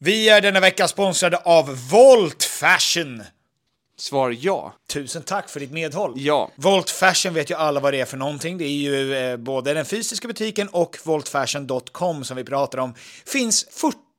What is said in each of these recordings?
Vi är denna vecka sponsrade av Volt Fashion. Svar ja. Tusen tack för ditt medhåll. Ja. Volt Fashion vet ju alla vad det är för någonting. Det är ju eh, både den fysiska butiken och voltfashion.com som vi pratar om. Finns 40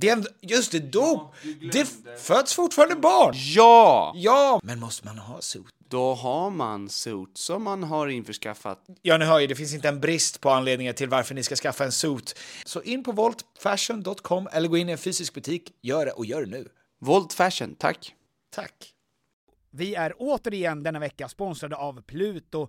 Det är en, just det, då, det f- föds fortfarande barn. Ja! Ja, men måste man ha suit? Då har man suits som man har införskaffat. Ja, ni hör ju, det finns inte en brist på anledningar till varför ni ska skaffa en suit. Så in på voltfashion.com eller gå in i en fysisk butik. Gör det och gör det nu. Volt fashion, tack. Tack. Vi är återigen denna vecka sponsrade av Pluto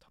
ta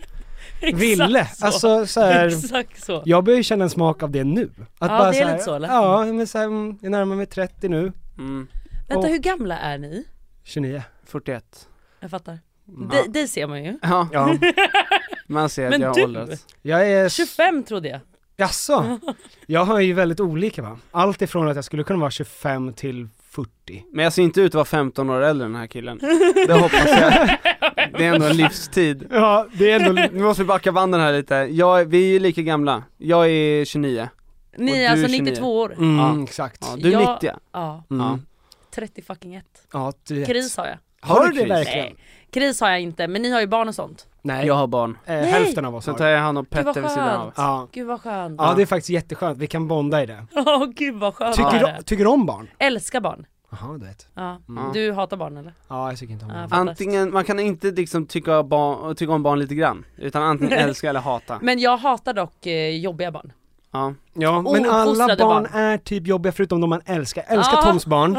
ville. Exakt så. Alltså såhär, Exakt så. jag börjar ju känna en smak av det nu. Att Ja, det är såhär, lite så, eller? Ja, men såhär, mm, jag närmar mig 30 nu, Mm, Vänta och- hur gamla är ni? 29. 41. Jag fattar. Mm. Det, det ser man ju. Ja, Ja, man ser att Men jag har du? åldrats. jag är... 25 trodde jag. Jaså? Jag har ju väldigt olika va? Allt ifrån att jag skulle kunna vara 25 till 40. Men jag ser inte ut att vara 15 år äldre än den här killen. Det hoppas jag. Det är ändå en livstid. Ja, det är ändå... Nu måste vi backa banden här lite. Jag, vi är ju lika gamla. Jag är 29. Och Ni du är alltså är 29. 92 år. Mm, Ja. exakt. Ja, du är Jag- 90. Ja, Ja. Mm. 30 fucking ett. Ja, du vet. Kris har jag. Har du det kris? verkligen? Nej. Kris har jag inte, men ni har ju barn och sånt. Nej. Jag har barn. Eh, hälften av oss Sen har tar jag hand om vad Petter vid sidan av. skönt. Ja. Gud vad skönt. ja, det är faktiskt jätteskönt. Vi kan bonda i det. Åh gud vad skönt Tycker, det du, är. tycker du om barn? Älskar barn. Jaha, du vet. Ja. Mm. Du hatar barn eller? Ja, jag tycker inte om Ja, barn. fattar. Antingen, man kan inte liksom tycka, barn, tycka om barn lite grann. Utan antingen älska eller hata. Men jag hatar dock eh, jobbiga barn. Ja. Ja, men alla Ouppfostrade barn, barn. är typ jobbiga förutom de man älskar. Jag älskar Ja. Toms barn.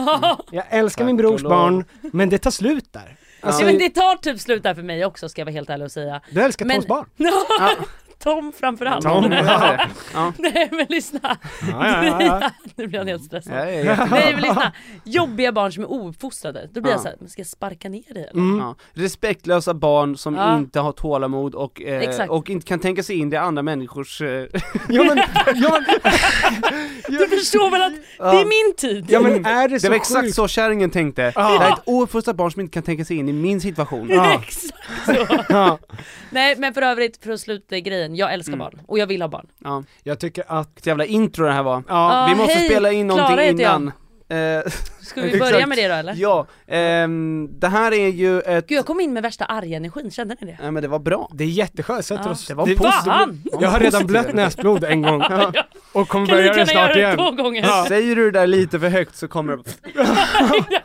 Jag älskar min Tack och brors lov. barn. Men det tar slut där. Alltså, Nej, men det tar typ slut där för mig också ska jag vara helt ärlig och säga. Du älskar Men- Toms barn. Tom framförallt. Tom. Ja. Ja. Nej men lyssna. Ja, ja, ja, ja. nu blir jag helt stressad. Jag är jätte- Nej men lyssna, jobbiga barn som är ouppfostrade, då blir Ja. jag såhär, men ska jag sparka ner dig eller? Mm. Ja. Respektlösa barn som Ja. inte har tålamod och, eh, Exakt. och inte kan tänka sig in i andra människors... Eh, Ja, men, ja, men, Du förstår väl att det är min tid? ja, men är Mm. det så det var sjukt? exakt så kärringen tänkte. Ja. Det här är ett ouppfostrat barn som inte kan tänka sig in i min situation. Ja. Exakt så. Ja. Mm. Nej men för övrigt, för att sluta grejen, jag älskar barn och jag vill ha barn. Ja. Jag tycker att... Vilket jävla intro det här var. Ja, Ja, vi måste hej, spela in någonting Klara heter jag. innan. Eh, Ska vi Exakt. börja med det då eller? ja, ehm, det här är ju ett... Gud jag kom in med värsta arg-energin, kände ni det? Nej men det var bra. Det är jätteskönt, sätter Ja. oss... Det var en Fan! positiv- Jag har redan blött näsblod en gång och kommer Kan börja lika göra det gärna snart göra det igen. två gånger? Säger du det där lite för högt så kommer det...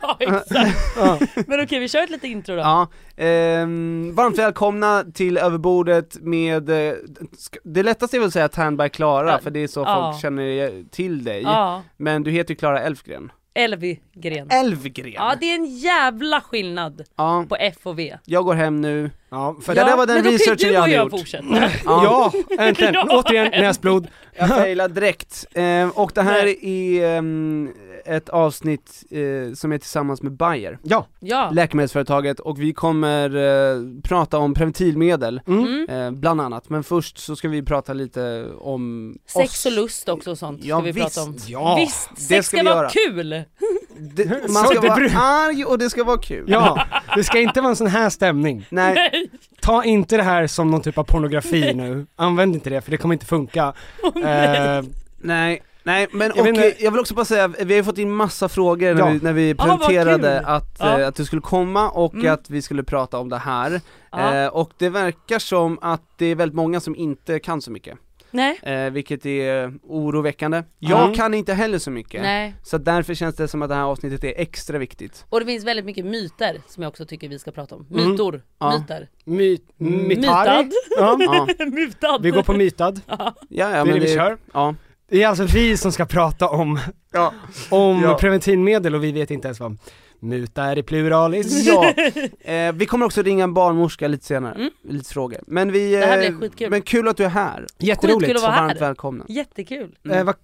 ja exakt. Men okej vi kör ett litet intro då. Ja, ehm, varmt välkomna till överbordet med, eh, sk- det lättaste är väl att säga Tan by Klara Ja. för det är så Ja. folk känner till dig. Ja, Men du heter ju Klara Elfgren. Elvi Gren. Elfgren? Ja det är en jävla skillnad Ja, på F och V. jag går hem nu. Ja, för det Ja, där var den men då kan ju researchen du jag och hade jag gjort. fortsätta. ja, äntligen. Ja. Återigen näsblod. Eh, Jag failade direkt. Ehm, och det här är ehm, ett avsnitt eh, som är tillsammans med Bayer. Ja. Ja. Läkemedelsföretaget och vi kommer eh, prata om preventivmedel, Mm. eh, bland annat. Men först så ska vi prata lite om Sex oss. och lust också och sånt Ja, ska vi visst. prata om. Ja, visst, sex det ska, ska vi vara göra. kul! Det, man Så ska det vara bru- arg och det ska vara kul. Ja, det ska inte vara en sån här stämning. Nej, Nej. Ta inte det här som någon typ av pornografi nu. Använd inte det för det kommer inte funka. Eh, nej, nej men Jag jag, vet inte- jag vill också bara säga, vi har ju fått in massa frågor när Ja. vi, när vi Ah, vad presenterade kul. att, Ja. eh, att du skulle komma och Mm. att vi skulle prata om det här. Ja. Eh, och det verkar som att det är väldigt många som inte kan så mycket. Nej. eh, vilket är oroväckande. Jag Mm. kan inte heller så mycket, Nej. så därför känns det som att det här avsnittet är extra viktigt. Och det finns väldigt mycket myter som jag också tycker vi ska prata om. Mm. Mytor, Ja. myter. my, mitarg. Mytad. Ja, Ja, Mutad! vi går på mytad. ja, ja är men det vi kör. Ja. Det är alltså vi som ska prata om, Ja. om Ja. preventivmedel och vi vet inte ens vad muta är i pluralis. ja. Eh, vi kommer också ringa en barnmorska lite senare, lite frågor. Men vi... Mm. Det här eh, blir skitkul. Men kul att du är här. Jätteroligt. Skitkul att vara här. Varmt välkomna. Jättekul! Eh, vad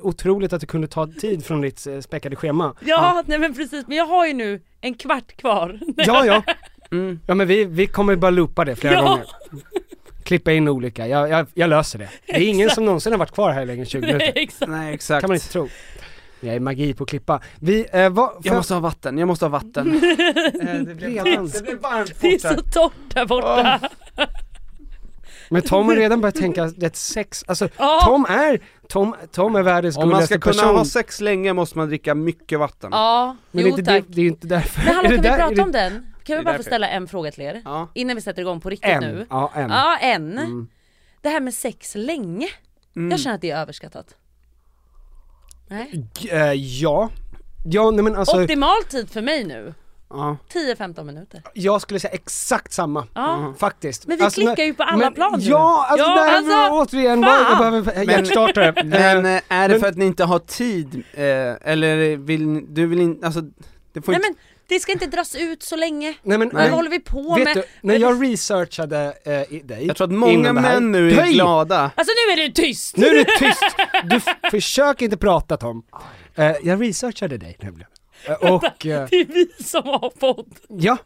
otroligt att du kunde ta tid från ditt eh, späckade schema. Ja, nej men precis, men jag har ju nu en kvart kvar. Ja, ja. Mm. Ja men vi, vi kommer bara loopa det flera Ja. gånger. Klippa in olika, jag, jag, jag löser det. Det är ingen som någonsin har varit kvar här längre än 20 minuter. Exakt. Nej exakt. kan man inte tro. Jag är magi på att klippa. Vi, eh, vad, Jag måste ha vatten, jag måste ha Mm. vatten. det redan. Det blir varmt Det är så torrt där borta. Men Tom har redan börjat tänka rätt sex, alltså Ja. Tom är, Tom, Tom är världens Om man gulligaste ska kunna person. ha sex länge måste man dricka mycket vatten. Ja, men jo det, är inte, tack. det, det är inte därför. Men hallå Är det kan där- vi är det prata om den? Kan vi bara få därför. ställa en fråga till er? Ja. Innan vi sätter igång på riktigt En, Mm. nu. ja en. Ja, en. Det här med sex länge. Mm. Jag känner att det är överskattat. Nej. G- eh, ja. Ja nej men alltså, Optimal tid för mig nu. Ja. 10-15 minuter. jag skulle säga exakt samma. mm, Ja. Faktiskt. Alltså, Men vi klickar ju på alla plan nu. Ja, alltså Ja, där alltså, återigen, fan. vad- jag behöver hjärtstartare. Men Eh, eh, är det men- för att ni inte har tid, eh, eller vill ni- du vill inte, alltså det får Nej inte... men det ska inte dras ut så länge. Nej men, Vad men- håller vi på vet med? du, när jag researchade eh, i dig Jag tror att många innan det här- män nu är Höj! glada. Alltså nu är du tyst! Nu är du tyst! Du f- försök inte prata Tom. Eh, jag researchade dig nämligen. Eh, och, eh, Det är vi som har fått. ja.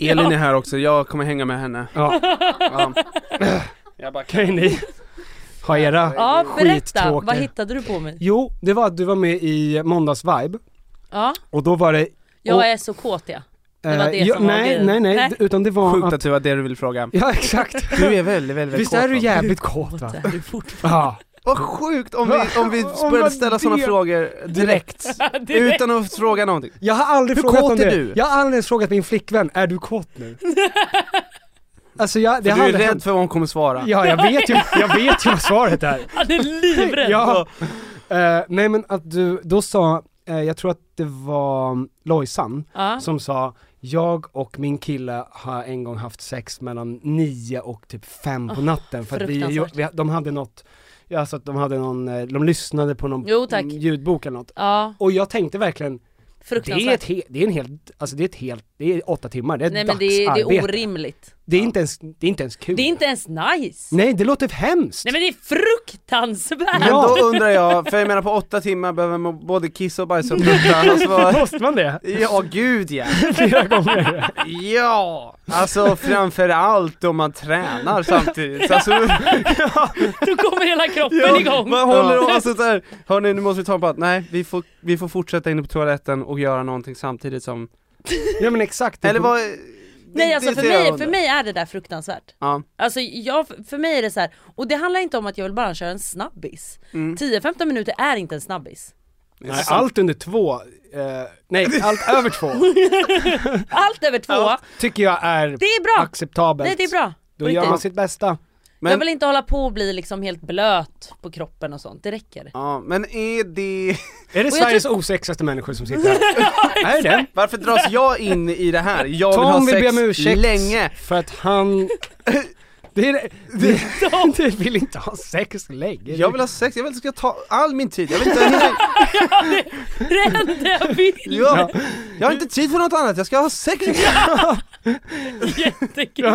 Elin är här också, jag kommer hänga med henne. ja. Ja. Jag bara, kan ju ni ha era Ja berätta, skittråkiga- vad hittade du på mig? Jo, det var att du var med i Måndags Vibe Ja, och då var det... jag och, är så kåt ja. det var eh, det ja, som var nej, grejen. nej, nej, Nej. d- utan det var Sjukt att... att det var det du ville fråga. Ja exakt. Du är väldigt, väldigt Visst kåt, är du va? jävligt kåt va? Det är du fortfarande. Ja. Vad sjukt om vi, om vi Om började man ställa sådana vet. frågor direkt, utan att fråga någonting. Jag har aldrig Hur frågat kåt om är det. du? Jag har aldrig ens frågat min flickvän, är du kåt nu? alltså jag, det För har du är aldrig rädd hänt. för vad hon kommer svara. Ja, jag vet ju, jag vet ju vad svaret är. Han är livrädd! Ja. Eh, nej men att du, då sa, eh, jag tror att det var Lojsan Ja. som sa jag och min kille har en gång haft sex mellan 9 och typ 5 på natten för att vi, fruktansvärt. vi, de hade något, ja, alltså att de hade någon, eh, de lyssnade på någon mm, Jo, tack. ljudbok eller något. ja, Och jag tänkte verkligen, det är, ett fruktansvärt. he- det är en helt, alltså det är ett helt, det är åtta timmar, det är Nej ett men det är, det är dagsarbete. orimligt. det är inte ens, det är inte ens kul. Det är inte ens nice! Nej det låter hemskt! Nej men det är fruktansvärt! Men då undrar jag, för jag menar på åtta timmar behöver man både kissa och bajsa och prutta, alltså, vad- Måste man det? Ja gud ja! Flera gånger? Ja! Alltså framförallt om man tränar samtidigt, alltså, Då kommer hela kroppen igång! man håller och, alltså så här, hörni nu måste vi ta en paus, nej vi får, vi får fortsätta inne på toaletten och göra någonting samtidigt som, Ja men exakt. Det- eller vad Nej det- alltså det för ser jag mig, under. för mig är det där fruktansvärt. Ja. Alltså jag, för mig är det så här. och det handlar inte om att jag vill bara köra en snabbis. Mm. 10-15 minuter är inte en snabbis. Nej, allt under två, eh, nej allt över två Allt över två, tycker jag är, det är bra! acceptabelt. Nej det är bra. Då På gör riktigt. man sitt bästa. Jag Men- vill inte hålla på och bli liksom helt blöt på kroppen och sånt, det räcker. Ja, men är det... Är det jag Sveriges osexigaste människor som sitter här? är det den? Varför dras jag in i det här? Jag vill Tom ha vill be sex om ursäkt länge! för att han... Det är det, det, du vill inte ha sex längre. Jag vill ha sex, jag vill att det ska ta all min tid, jag vill inte hinna... Det är det enda jag vill! Jag, jag har inte tid för något annat, jag ska ha sex! Jättekul.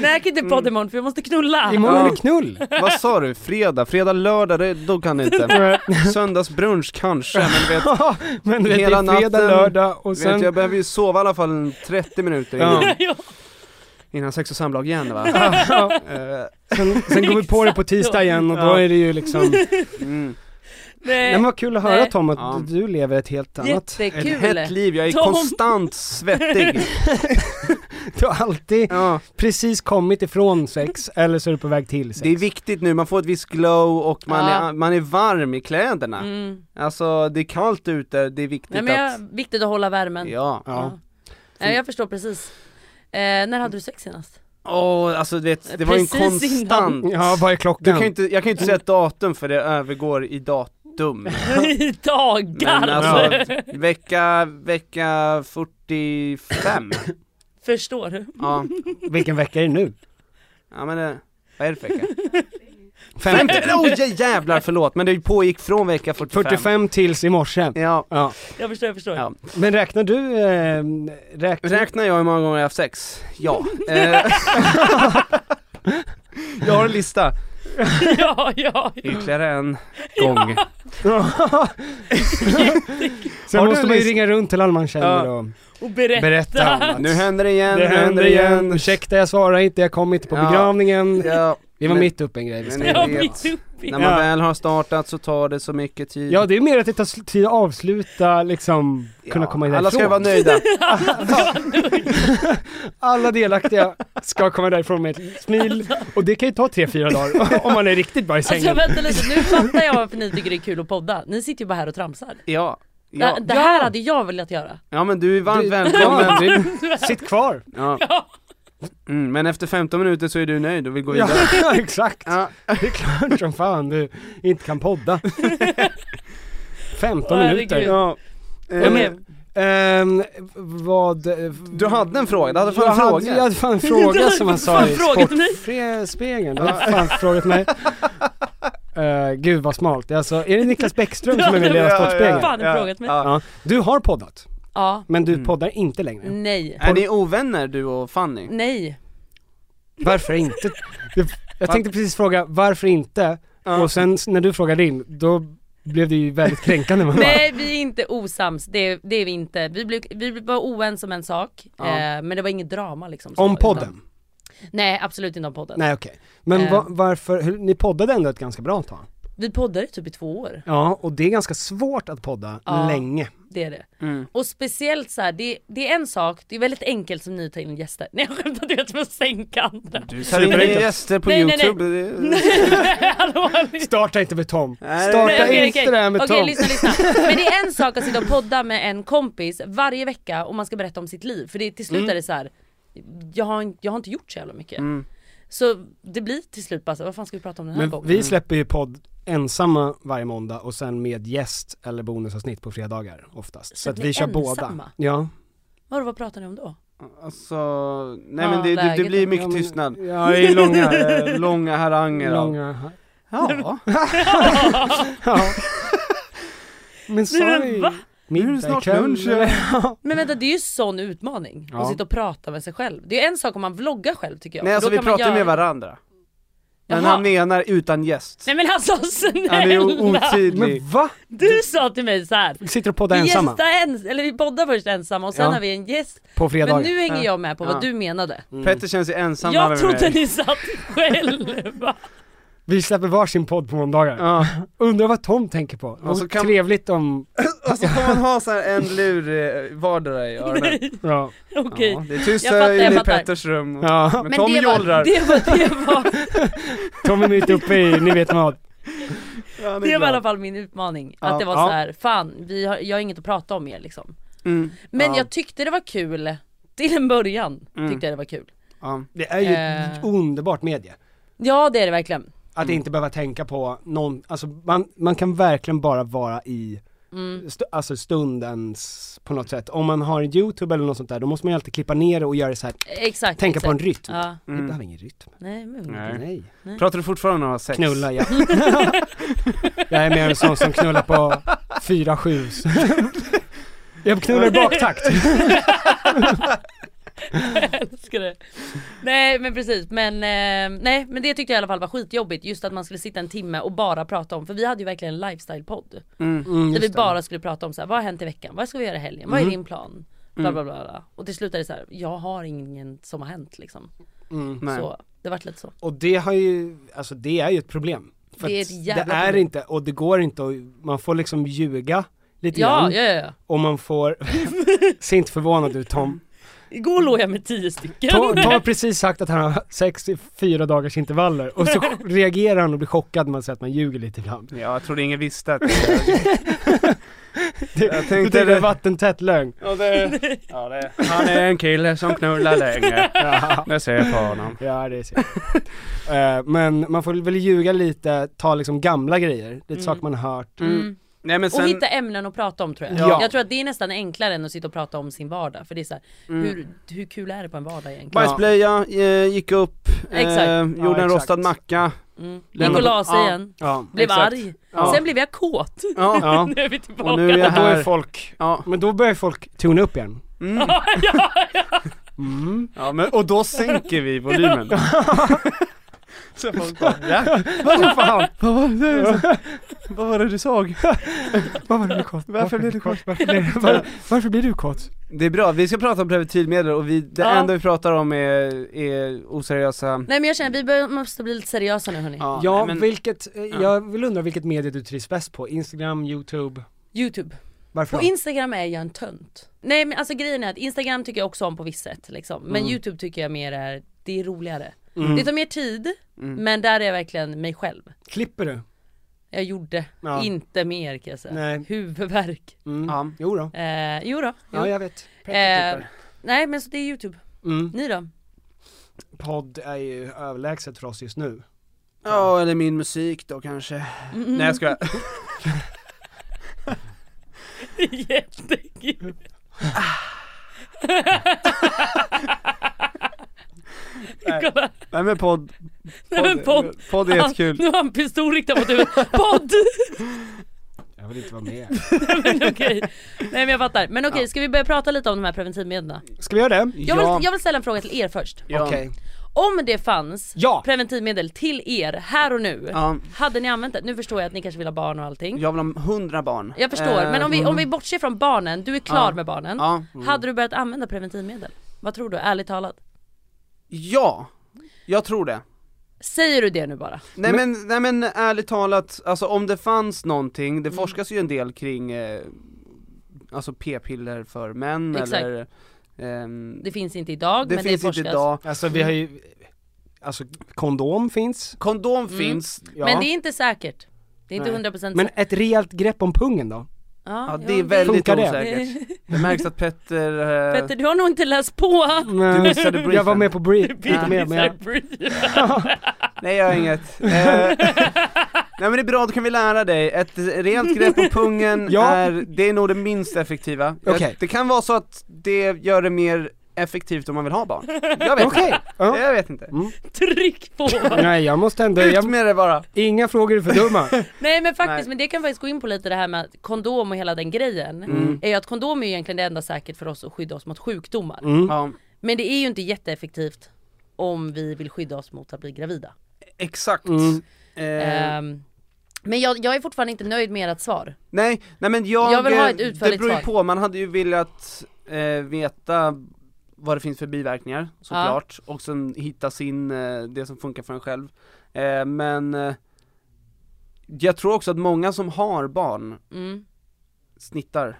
Nej jag kan inte podda imorgon för jag måste knulla. Ja. Vad sa du? Fredag? Fredag, lördag, det, då kan du inte. Söndagsbrunch kanske, men du vet, Men du vet, hela det är fredag, natten, lördag och du vet, sen... jag behöver ju sova i alla fall en 30 minuter Ja. innan, Ja. innan sex och samlag igen va? Ja. Eh, sen, sen går vi på det på tisdag igen och då Ja. är det ju liksom... mm. Nej, Nej. men vad kul att höra Nej. Tom att Ja. du lever ett helt annat... Jättekul. Ett hett liv, jag är Tom. konstant svettig. Du har alltid Ja. precis kommit ifrån sex eller så är du på väg till sex. Det är viktigt nu, man får ett visst glow och man, Ja. är, man är varm i kläderna. Mm. Alltså det är kallt ute, det är viktigt Nej, men att... jag, viktigt att hålla värmen. Ja. Ja. Nej, jag förstår precis. Eh, när hade du sex senast? Åh, alltså du vet, det var ju en Precis innan. konstant. Ja, vad är Du kan klockan? ju inte, jag kan ju inte säga ett datum för det övergår i datum. I dagar! Men alltså, vecka, vecka 45. Förstår du? Ja, Vilken vecka är det nu? ja men det, vad är det för vecka? Fem- Åh jävlar förlåt, men det pågick från vecka 45. 45 tills i morse. Ja, Ja. Jag förstår, jag förstår. Ja. Men räknar du... Eh, räknar... räknar jag hur många gånger jag har haft sex? Ja. Eh, jag har en lista. ja, ja. Ytterligare en gång. Sen Har du måste en man ju list? ringa runt till alla man känner Ja. och Och berätta. berätta om att Nu händer det igen, det nu händer det igen. ursäkta jag svarar inte, jag kom inte på Ja. begravningen. Ja, Vi var men- mitt uppe i en grej. vi men ska- ni Jag vet. blir tuppig. När man Ja. väl har startat så tar det så mycket tid. Ja det är mer att det tar sl- tid att avsluta liksom, kunna Ja, komma därifrån. Alla ska vara nöjda. Alla delaktiga ska komma därifrån med ett smil och det kan ju ta tre fyra dagar om man är riktigt bra i Alltså sängen. vänta lite, nu fattar jag varför ni tycker det är kul att podda. Ni sitter ju bara här och tramsar. Ja. Det, Ja. det här hade jag velat göra. ja men du är varmt Du- välkommen. Ja, Sitt kvar! Ja. Mm, men efter 15 minuter så är du nöjd och vill gå Ja, vidare. exakt! Ja. Det är klart som fan du inte kan podda. Åh, 15 minuter. herregud. Ja. Eh, Okej. Ehm, vad... eh, Du hade en fråga, du hade fan jag en fråga. Hade, jag hade fan en fråga som man sa Fan, i frågat mig. Sportspegeln. Du hade fan frågat mig. Eh, gud vad smalt. Alltså, är det Niklas Bäckström som är med i Lilla Ja, ja, Sportspegeln? Fan, Ja. frågat mig. Ja. Ja. Du har poddat, Ja, men du Mm. poddar inte längre. nej, Är ni ovänner du och Fanny? nej. Varför inte? Det- Jag tänkte precis fråga varför inte? Ja. Och sen s- när du frågade in, då blev det ju väldigt kränkande. Man bara, Nej vi är inte osams, det, det är vi inte. Vi, blev, vi var oense om en sak, Ja. eh, men det var inget drama liksom. så, Om podden? utan- Nej absolut inte om podden. Nej okej. Men Eh. va, varför, hur, ni poddade ändå ett ganska bra tag? Vi poddade typ i två år, Ja, och det är ganska svårt att podda Ja. länge. det är det. Mm. Och speciellt så här, det, det är en sak, det är väldigt enkelt som ny tar in gäster. Nej jag skämtar, du vet för att sänka andra. Du tar in Superenkelt. gäster på Nej, nej, nej. youtube. Det- Allvarligt. Starta inte med Tom. Nej, Starta Nej, okej, inte okej. det här med Okej Tom. lyssna, lyssna. Men det är en sak att sitta och podda med en kompis varje vecka och man ska berätta om sitt liv. För det, till slut är det så här. Jag har, in- jag har inte gjort så jävla mycket. Så det blir till slut bara så, vad fan ska vi prata om den här Men gången? vi släpper ju podd ensamma varje måndag och sen med gäst eller bonusavsnitt på fredagar oftast. Så att ni vi är kör båda. ensamma? Ja. Vadå, vad pratar ni om då? Alltså, nej Ja, men det, det, det läget blir är- mycket Ja, men- tystnad. Ja, i långa, Eh, Långa haranger. av- långa... Ja. Ja. Men sorry. va? Middag Nu är det snart ikväll, lunch. eller? Men vänta det är ju sån utmaning. Ja. Att sitta och prata med sig själv. Det är en sak om man vloggar själv tycker jag. Nej för alltså då vi kan man pratar ju göra- med varandra. Men Jaha. han menar utan gäst. Nej men alltså Han är ju snälla! otydlig. Men va? Du sa till mig så här. Sitter och Vi poddar ensamma? gästar ens, eller vi poddar först ensamma och sen Ja. har vi en gäst. På fredagar? Mm. Men nu hänger jag med på Ja. vad du menade. Petter känns ju ensam när han Jag är med trodde mig. ni satt själva. Vi släpper varsin podd på måndagar. Ja. Undrar vad Tom tänker på? Och så Vad kan- trevligt om... Och så Alltså, får man ha så här en lur eh, vardera i öronen. Ja. Okej. Ja, det är Jag fattar, tyst jag inne i fattar. Petters rum. ja. Men Tom det var, jollrar. det var, det var, Tom är mitt uppe i, ni vet vad. Han det är var i alla glad. fall min utmaning. Ja, att det var ja. så här, fan vi har, jag har inget att prata om er liksom. Mm. Men Ja. jag tyckte det var kul, till en början Mm. tyckte jag det var kul. Ja. Det är ju ett Eh. underbart medie. Ja det är det verkligen. Att Mm. inte behöva tänka på någon, alltså man, man kan verkligen bara vara i Mm. stu, alltså stundens, på något sätt. Om man har en youtube eller något sånt där, då måste man ju alltid klippa ner det och göra det så här. Exakt. tänka exakt. på en rytm. Ja. Vi behöver ingen rytm. Nej, men. Mm. Nej. Nej. Mm. Pratar du fortfarande om att ha sex? Knulla ja. jag är mer en sån som knullar på typ. fyra sjus. jag knullar i baktakt. Jag älskar det. Nej men precis men eh, nej men det tyckte jag i alla fall var skitjobbigt just att man skulle sitta en timme och bara prata om för vi hade ju verkligen en lifestyle-podd. Mm, där just vi det. bara skulle prata om så här, vad har hänt i veckan? Vad ska vi göra i helgen? Vad är Mm. din plan? Bla Mm. bla bla. bla. Och till slut är det så här, jag har ingen som har hänt liksom. Mm. Nej. Så det vart lite så. Och det har ju, alltså det är ju ett problem. För Det är att ett jävla det är problem. inte, och det går inte och man får liksom ljuga lite Ja, grann. ja, ja, ja. Och man får, se inte förvånad ut Tom. Igår låg jag med tio stycken. Tom, Tom har precis sagt att han har sex i fyra dagars intervaller och så reagerar han och blir chockad när man säger att man ljuger lite ibland. Ja, jag trodde ingen visste att Du, jag tänkte du tänkte det... vattentät lögn. Ja, det, ja, det, han är en kille som knullar länge. Ja. Det ser jag på honom. Ja det ser jag. Eh, Men man får väl ljuga lite, ta liksom gamla grejer, lite Mm. saker man har hört. Mm. Nej, men Och sen, hitta ämnen att prata om tror jag. Ja. Jag tror att det är nästan enklare än att sitta och prata om sin vardag. För det är så här, Mm. hur, hur kul är det på en vardag egentligen? bajsblöja, eh, gick upp, eh, Exakt. Ja, gjorde en exakt. rostad macka. Mm. Gick Lämna- och la sig Ja. igen, Ja. blev exakt. arg. Ja. Sen blev jag kåt. Ja. Ja. nu är vi tillbaka. Och nu är jag Då är här. folk, Ja. men då börjar folk tuna upp igen. Mm. Mm. ja men, och då sänker vi volymen. Så folk bara, ja, Vad fan? vad var det, vad var det du såg? Vad var det du kåt? Varför blev du kåt? Varför blev, var, varför blir du kåt? Det är bra, vi ska prata om preventivmedel och vi, det Ja. enda vi pratar om är, är oseriösa Nej men jag känner vi bör, måste bli lite seriösa nu hörni. Ja, Ja, nej, men, vilket, eh, jag vill undra vilket medie du trivs bäst på? Instagram, YouTube? Youtube. Varför På då? Instagram är jag en tönt. Nej men alltså grejen är att Instagram tycker jag också om på visst sätt liksom. Men Youtube tycker jag mer är, det är roligare. Mm. Det tar mer tid, men där är jag verkligen mig själv. Klipper du? Jag gjorde Ja. inte mer kan jag säga. Nej. Huvudvärk. Mm. Ja. Jo då. Eh, jo då. Jo. Ja, jag vet. eh, nej men så det är Youtube. Mm. Ni då? Podd är ju överlägset för oss just nu. ja eller min musik då kanske Nej jag skojar, Jättekul. Kolla, nej men podd, nej men podd. podd är jättekul Nu har han pistol riktad mot huvudet. Podd! Jag vill inte vara med. Nej, men okej. Nej men jag fattar. Men okej, ska vi börja prata lite om de här preventivmedlen? Ska vi göra det? Jag vill, jag vill ställa en fråga till er först. Ja. Okej. Om det fanns Ja. preventivmedel till er här och nu, Ja. hade ni använt det? Nu förstår jag att ni kanske vill ha barn och allting. Jag vill ha hundra barn Jag förstår, Eh, men om vi, om vi bortser från barnen, du är klar Ja. med barnen. Eh, Ja, Hade du börjat använda preventivmedel? Vad tror du, ärligt talat? ja, jag tror det Säger du det nu bara? Nej men, nej men ärligt talat, alltså om det fanns någonting, Mm. det forskas ju en del kring eh, Alltså p-piller för män Exakt. eller ehm, Det finns inte idag, det men finns det inte forskas. idag, Alltså vi har ju, alltså kondom finns. kondom finns, Ja. Mm. Men det är inte säkert. Det är inte Nej. 100% Men säkert. ett rejält grepp om pungen då? ja Ja, det är väldigt Funkar det? osäkert Det märks att Petter, eh, Petter, du har nog inte läst på. Du missade briefen. Jag var med på brief, Vi lite mer men missar jag, brief. nej jag har inget eh, Nej men det är bra, då kan vi lära dig, ett rent grepp om pungen Ja. är, det är nog det minst effektiva Jag- Okej. Det kan vara så att det gör det mer effektivt om man vill ha barn, jag vet Okej. inte, Ja. jag vet inte Tryck på! Nej jag måste ändå, Mm. Ut jag, med det bara! inga frågor är för dumma. Nej men faktiskt, Nej. men det kan faktiskt gå in på lite det här med att kondom och hela den grejen. Är ju att kondom är ju egentligen det enda säkert för oss att skydda oss mot sjukdomar. Mm. Ja, Men det är ju inte jätteeffektivt om vi vill skydda oss mot att bli gravida. exakt. Mm. Eh, Ehm, men jag, jag är fortfarande inte nöjd med ert svar. nej, nej men jag, Jag vill ha ett eh, utförligt det beror ju svar. på, man hade ju velat eh, veta vad det finns för biverkningar såklart, och sen hitta sin, eh, det som funkar för en själv. Eh, men eh, jag tror också att många som har barn Mm. snittar,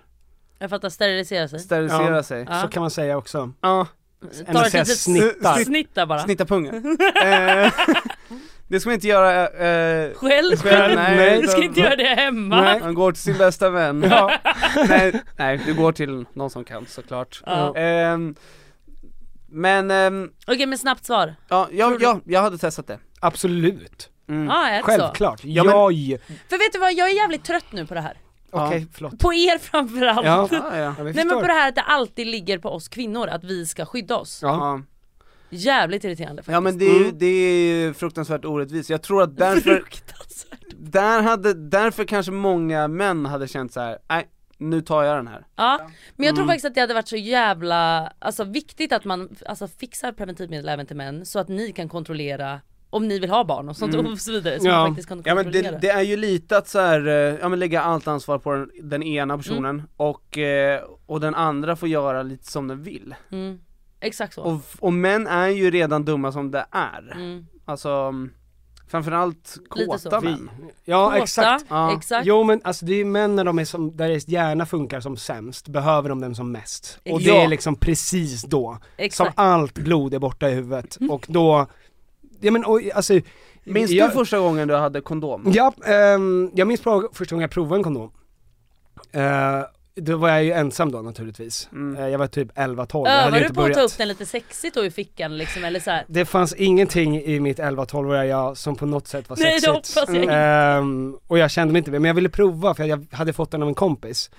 Jag fattar, sterilisera sig. steriliserar Ja. sig. Ja. Så kan man säga också. Ja, Ta ett NSS litet snittar. snitt där bara. snitta pungen. eh, det ska man inte göra, eh, Själv? Själv, nej, nej, du utan- ska inte göra det hemma. Nej. Han går till sin bästa vän. nej, nej, du går till någon som kan såklart. Ja. Ehm, men, ehm, Okej men snabbt svar. ja, jag, jag, jag hade testat det. Absolut. Ja ah, är det så? Självklart. Ja, Jag, men- okej För vet du vad, jag är jävligt trött nu på det här. förlåt. På er framförallt. Ja, Ja, ja. ja vi Nej men förstår. på det här att det alltid ligger på oss kvinnor att vi ska skydda oss. Ja. Ja. Jävligt irriterande faktiskt. ja men det är, Mm. ju- det är ju fruktansvärt orättvist, jag tror att därför, Fruktansvärt. där hade, därför kanske många män hade känt så här: nej nu tar jag den här. Ja, men jag tror Mm. faktiskt att det hade varit så jävla alltså, viktigt att man alltså, fixar preventivmedel även till män så att ni kan kontrollera om ni vill ha barn och sånt Mm. och så vidare. Så man faktiskt kan ja kontrollera. men det, det är ju lite att så här, eh, ja men lägga allt ansvar på den, den ena personen Mm. och, eh, och den andra får göra lite som den vill. Mm. Exakt så. Och, och män är ju redan dumma som det är. Mm. Alltså, mm, framförallt Lite så. kåta män. Vi- Ja Kåta, exakt. Ja. exakt. Jo men alltså det är ju män när de är som, där deras hjärna funkar som sämst, behöver de den som mest. Och det Ja. är liksom precis då Exakt. som allt blod är borta i huvudet och då, ja men och, alltså Minns du jag- första gången du hade kondom? Ja, ehm, jag minns pro- första gången jag provade en kondom. Eh, då var jag ju ensam då naturligtvis. Eh, jag var typ 11-12, jag hade Övar ju du inte på att ta börjat. upp den lite sexigt då i fickan liksom eller så här. Det fanns ingenting i mitt 11-12-åriga jag som på något sätt var Nej, det sexigt. hoppas jag inte. Ehm, och jag kände mig inte, men jag ville prova för jag hade fått den av en kompis.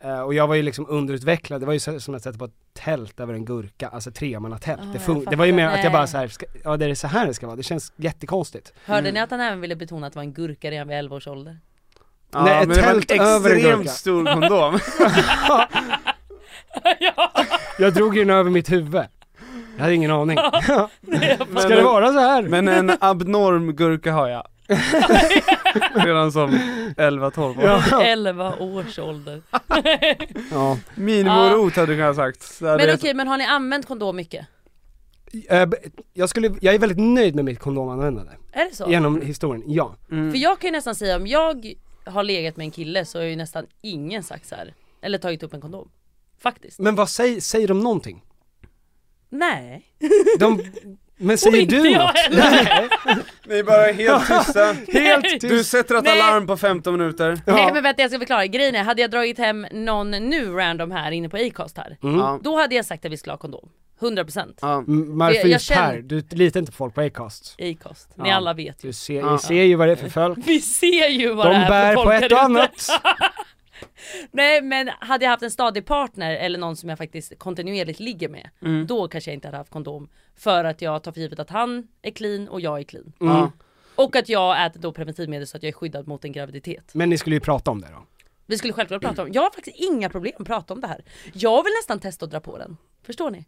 Eh, och jag var ju liksom underutvecklad, det var ju så- som att sätta på ett tält över en gurka, alltså tremannatält. Ah, det, jag fun- det var ju mer fattar. att jag bara Nej. så här, ska, ja det är så här det ska vara, det känns jättekonstigt. Hörde ni att han även ville betona att det var en gurka redan vid 11 års ålder? Ja, Nej, ett men det var en tält över en extremt gurka. stor kondom. Jag drog ju den över mitt huvud. Jag hade ingen aning. Ska det vara så här? Men en abnorm gurka har jag. Redan som 11-12 år. Ja. 11 års ålder. Ja. Minimorot hade du kunnat sagt. Men okej, men har ni använt kondom mycket? Eh, b- Jag, skulle, jag är väldigt nöjd med mitt kondomanvändande. Är det så? Genom historien, ja. För jag kan ju nästan säga om jag har legat med en kille så har ju nästan ingen sagt så här. Eller tagit upp en kondom. Faktiskt. Men vad säger, säger de någonting? Nej. De, men säger inte du jag något? heller. Ni är bara helt tysta. Helt tyst. Du sätter ett Nej. alarm på 15 minuter. Nej men vänta jag ska förklara, grejen är, hade jag dragit hem någon nu random här inne på Acast här, Mm. Ja. då hade jag sagt att vi skulle ha kondom. 100% M- Varför Jag- jag just känner- här? Du litar inte på folk på Acast? Acast, ni alla vet ju. Du ser, Ja. Vi ser ju vad det är för folk. Vi ser ju vad De det är för bär folk på ett där ute. och annat. Nej men hade jag haft en stadig partner eller någon som jag faktiskt kontinuerligt ligger med, Mm. då kanske jag inte hade haft kondom. För att jag tar för givet att han är clean och jag är clean. Mm. Ja. Och att jag äter då preventivmedel så att jag är skyddad mot en graviditet. Men ni skulle ju prata om det då. Vi skulle självklart prata om, jag har faktiskt inga problem att prata om det här. Jag vill nästan testa att dra på den. Förstår ni?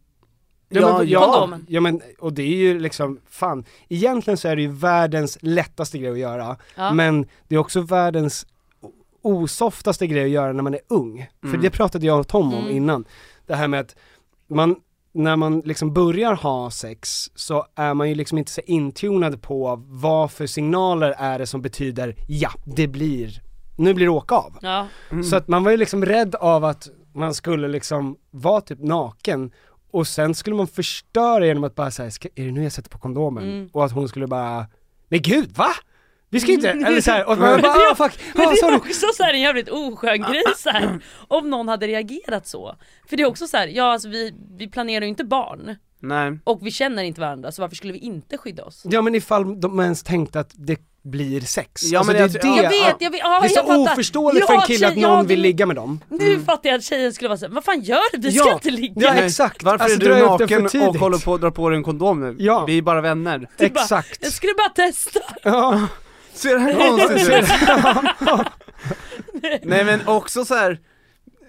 men, ja, Kondomen. ja men, och det är ju liksom, fan, egentligen så är det ju världens lättaste grej att göra, Ja. men det är också världens o- osoftaste grej att göra när man är ung. För Mm. det pratade jag och Tom om Mm. innan, det här med att man, när man liksom börjar ha sex så är man ju liksom inte så intunad på vad för signaler är det som betyder ja, det blir, nu blir det åka av. Ja. Så att man var ju liksom rädd av att man skulle liksom vara typ naken och sen skulle man förstöra genom att bara säga är det nu jag sätter på kondomen? Mm. Och att hon skulle bara, men gud va? Vi ska inte, eller såhär, och man bara, ah, fuck, Mm. Men ah, det är sorry. också så här en jävligt oskön grej så här, om någon hade reagerat så. För det är också så här, ja alltså vi, vi planerar ju inte barn Nej. och vi känner inte varandra så varför skulle vi inte skydda oss? Ja men ifall de ens tänkte att det blir sex. Ja, alltså, men det är jag tror- det, Jag vet, jag vet, ja, det är jag så fattar. oförståeligt Ja, för en kille att tjej- ja, någon vill det- ligga med dem. Nu fattar jag att tjejen skulle vara så här, vad fan gör du? Vi ska inte ligga! Mm. Ja exakt. Varför Alltså, är dra du upp den för naken och tidigt. håller på att dra på dig en kondom nu? Ja. Vi är bara vänner. Du bara, Exakt. jag skulle bara testa! Ja. Ser det här konstigt ut? Nej men också så här.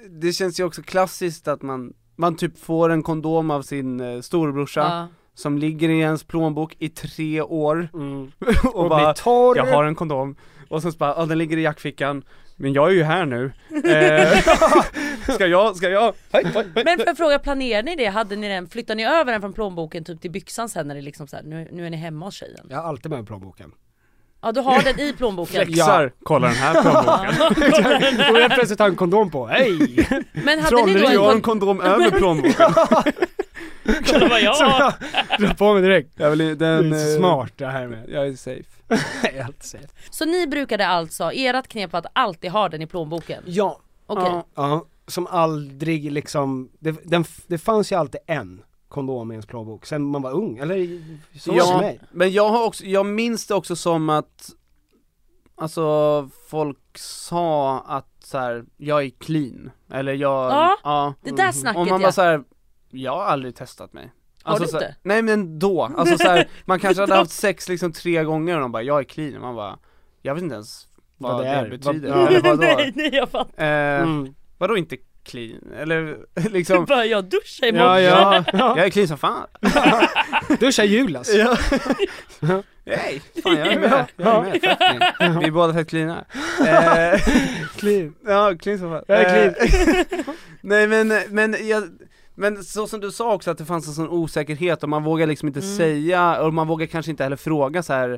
det känns ju också klassiskt att man, man typ får en kondom av sin eh, storebrorsa Ja. som ligger i ens plånbok i tre år Mm. och, Och blir bara torr. Jag har en kondom, och sen så bara, ja den ligger i jackfickan, men jag är ju här nu. Eh, ska jag, ska jag? Hej, hej, hej. Men får jag fråga, planerar ni det? Hade ni den, flyttade ni över den från plånboken typ till byxan sen när det liksom så här, nu, nu är ni hemma hos tjejen? Jag har alltid med mig plånboken. Ja du har den i plånboken? Flexar, kolla den här plånboken. och helt plötsligt har jag en kondom på, hej! Men hade ni Trolleriet, jag då har en en kondom över plånboken. kolla vad jag Som har. jag drar på mig direkt. Jag vill, den, det är eh, så smart det här med. Jag är safe. Helt safe. Så ni brukade alltså, ert knep var att alltid ha den i plånboken? Ja. Okej. Ja. Ja, som aldrig liksom, det, den, det fanns ju alltid en kondom i ens plånbok sen man var ung, eller i- så var det för ja, mig. men jag har också, jag minns det också som att Alltså folk sa att så här, jag är clean, eller jag, Ja, ja. det där Mm. Mhm. snacket, Och man ja. bara så här, jag har aldrig testat mig Alltså Har du så här- inte? Nej men då, alltså så här, man kanske hade haft sex liksom tre gånger och de bara, jag är clean, och man bara, jag vet inte ens vad, Vad det det, är. betyder, Vad- ja. eller vad då? nej, nej jag fattar. Eh, Mm. Vadå inte clean? Eller liksom Bara jag duschar i Ja, morse. ja, jag är clean som fan Duscha Julas. Ja. Hej, fan jag är med, jag är med, fett clean. Vi är båda fett cleana Eh, Clean. Ja, clean som fan Jag är Eh, Nej men, men jag men så som du sa också att det fanns en sån osäkerhet och man vågar liksom inte Mm. säga, och man vågar kanske inte heller fråga så här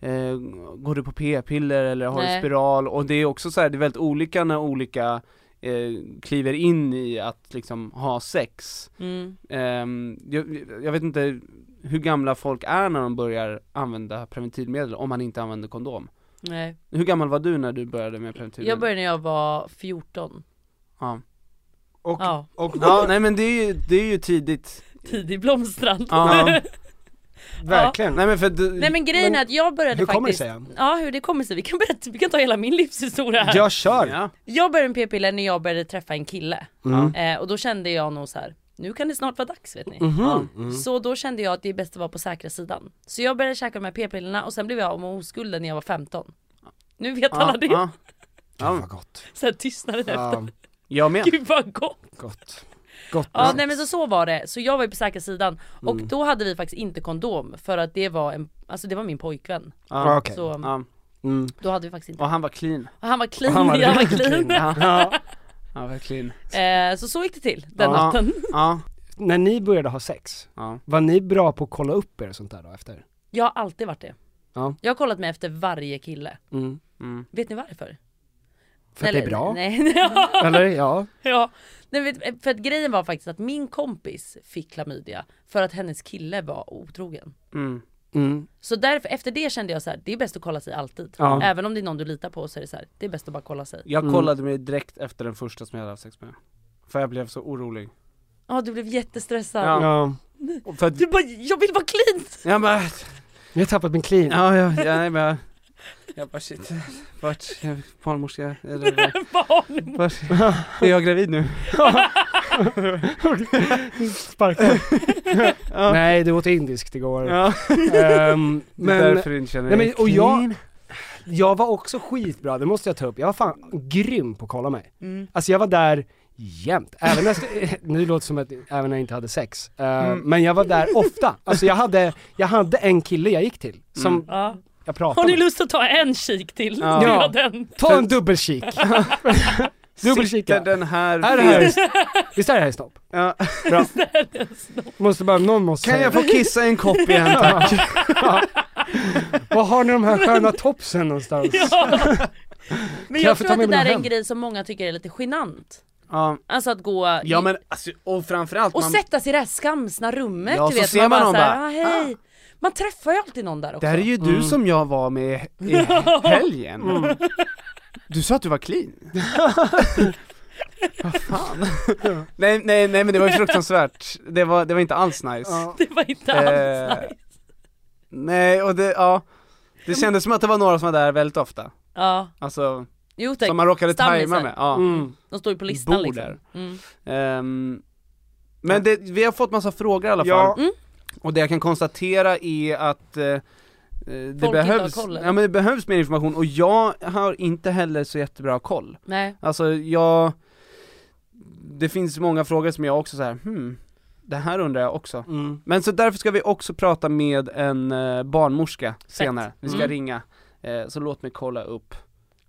eh, Går du på p-piller eller har Nej. du spiral? Och det är också så här, det är väldigt olika när olika eh, kliver in i att liksom ha sex Mm. Ehm, jag, jag vet inte hur gamla folk är när de börjar använda preventivmedel om man inte använder kondom. Nej. Hur gammal var du när du började med preventivmedel? Jag började när jag var 14. Ja. Och, Ja. och ja, nej men det är ju, det är ju tidigt. Tidig blomstrand. Ja. verkligen. Nej men för du, Nej men grejen är att jag började Hur faktiskt kommer det sig? än? Ja hur det kommer sig, vi kan, berätta, vi kan ta hela min livshistoria här. Jag kör! ja. Jag började med p-piller när jag började träffa en kille. Mm. Eh, och då kände jag nog så här. nu kan det snart vara dags vet ni. Mhm. Så då kände jag att det är bäst att vara på säkra sidan. Så jag började käka de här p-pillerna och sen blev jag av med oskulden när jag var 15. Nu vet alla ja, det, ja. Gud ja. vad gott. sen tystnade det efter. Ja, Jag med. Gud vad gott! gott. Gott. Ja nej men så, så var det, så jag var ju på säkra sidan och Mm. då hade vi faktiskt inte kondom för att det var en, alltså det var min pojkvän. Ja, Ja. Okej. Så Ja. Mm. då hade vi faktiskt inte, Och han var clean. och han var clean, Han var jag var riktigt clean. Ja. Han var clean. Eh, så så gick det till den Ja. natten. Ja. När ni började ha sex, Ja. var ni bra på att kolla upp er och sånt där då efter? Jag har alltid varit det. Ja. Jag har kollat mig efter varje kille. Mm. Mm. Vet ni varför? För att det är bra? Nej, nej, Eller ja. ja. nej, vet- eh, för att grejen var faktiskt att min kompis fick klamydia för att hennes kille var otrogen. Mm. Mm. Så därför, efter det kände jag så här, det är bäst att kolla sig alltid. Ja. Även om det är någon du litar på så är det så här, det är bäst att bara kolla sig. Jag kollade mig direkt efter den första som jag hade haft sex med. För jag blev så orolig. Ja du blev jättestressad. Ja. ja. Och För att, Du bara, jag vill vara clean! jag bara, Jag har tappat min clean. Ja, ja, ja nej, men jag, jag bara shit, vart, jag- barnmorska, eller Barn. vart, är jag gravid nu? Sparka. Nej, du åt indiskt igår. Ja, Ehm, men, men därför inte känner nej, men- mig och jag- clean. jag var också skitbra, det måste jag ta upp. Jag var fan grym på att kolla mig. Mm. Alltså jag var där jämt. Även när, nu låter det som att, även när jag inte hade sex. Ehm, Mm. Men jag var där ofta. Alltså jag hade, jag hade en kille jag gick till, som Mm. Ja. Har jag pratade ni med. lust att ta en kik till? Ja. Ja. den. Ta en dubbelkik. Dubbelkika. Sitter den här, Är det här, visst är det här snopp? Ja. Bra. Måste bara, någon måste Kan säga jag få kissa i en kopp igen tack? det. Var har ni de här sköna topsen någonstans? Men jag jag få tror ta att det med mina där är en hem? grej som många tycker är lite genant. Ja, Alltså att gå ja men alltså, och framförallt och man, sätta sig i det här skamsna rummet Ja, du så vet. ser man någon bara, ah, hej. Man träffar ju alltid någon där också. det här är ju du som jag var med i helgen Mm. Du sa att du var clean Vad fan? nej, nej, nej men det var ju fruktansvärt, det var, det var inte alls nice Det var inte Eh, alls nice. Nej, och det, ja. Det kändes som att det var några som var där väldigt ofta. Ja, Alltså, jo tack. som man råkade Typ Stammisar. tajma med. Ja. Mm. De står ju på listan bor liksom. där. Mm. Ehm, men det, vi har fått massa frågor i alla fall. Ja. Mm. Och det jag kan konstatera är att eh, eh, det inte behövs, har koll, eller? ja, men det behövs mer information och jag har inte heller så jättebra koll. Nej. Alltså jag, det finns många frågor som jag också så här, hmm, det här undrar jag också. Mm. Men så därför ska vi också prata med en eh, barnmorska senare, vi ska Mm. ringa. Eh, Så låt mig kolla upp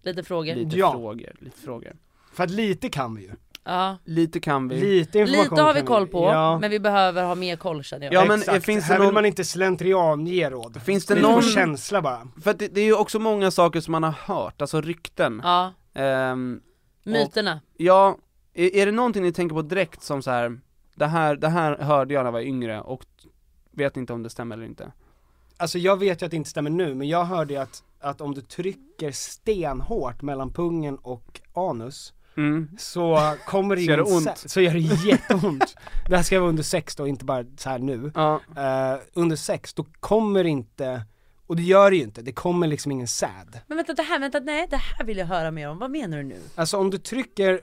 Lite frågor. lite Ja. frågor, lite frågor. För att lite kan vi ju. Ja. Lite kan vi. Lite information Lite har vi kan koll på, Ja. men vi behöver ha mer koll känner jag. Ja, men Exakt. finns det här vill någon- man inte slentrian ge råd. Finns Det det är någon någon, känsla bara. för att det, det är ju också många saker som man har hört, alltså rykten. Ja, Ehm, myterna. ja, är, är det någonting ni tänker på direkt som så här, det här, det här hörde jag när jag var yngre och vet inte om det stämmer eller inte? Alltså jag vet ju att det inte stämmer nu, men jag hörde ju att, att om du trycker stenhårt mellan pungen och anus Mm. så kommer det Så gör det in ont. se- Så gör det jätteont. det här ska vara under sex då, inte bara så här nu. Ja, Eh, under sex, då kommer inte, och det gör det ju inte, det kommer liksom ingen säd. Men vänta, det här, vänta, nej det här vill jag höra mer om. Vad menar du nu? Alltså om du trycker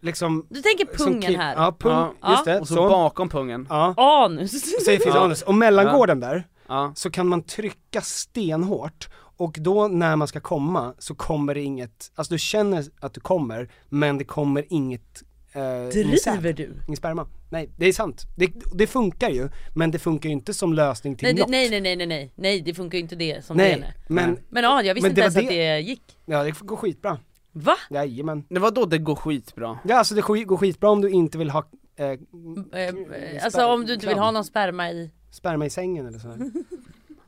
liksom Du tänker som pungen kill- här. Ja, pung, Mm. Ja. just det, och så, så. bakom pungen. ja. Anus. Så det finns Ja. anus. Och mellangården där, Ja. så kan man trycka stenhårt Och då när man ska komma så kommer det inget, alltså du känner att du kommer men det kommer inget eh, Driver du? Ingen sperma. Nej, det är sant. Det, det funkar ju, men det funkar ju inte som lösning till Nej, det, något. nej nej nej nej nej, nej det funkar ju inte det som Nej, det är nu. men- men ja, jag visste men inte det ens var att det- det gick. Ja, det går skitbra. Va? Jajamän. Det var då det går skitbra. Ja, alltså det sk- går skitbra om du inte vill ha eh, Eh, eh, Alltså om du inte vill ha någon sperma i... sperma i sängen eller så.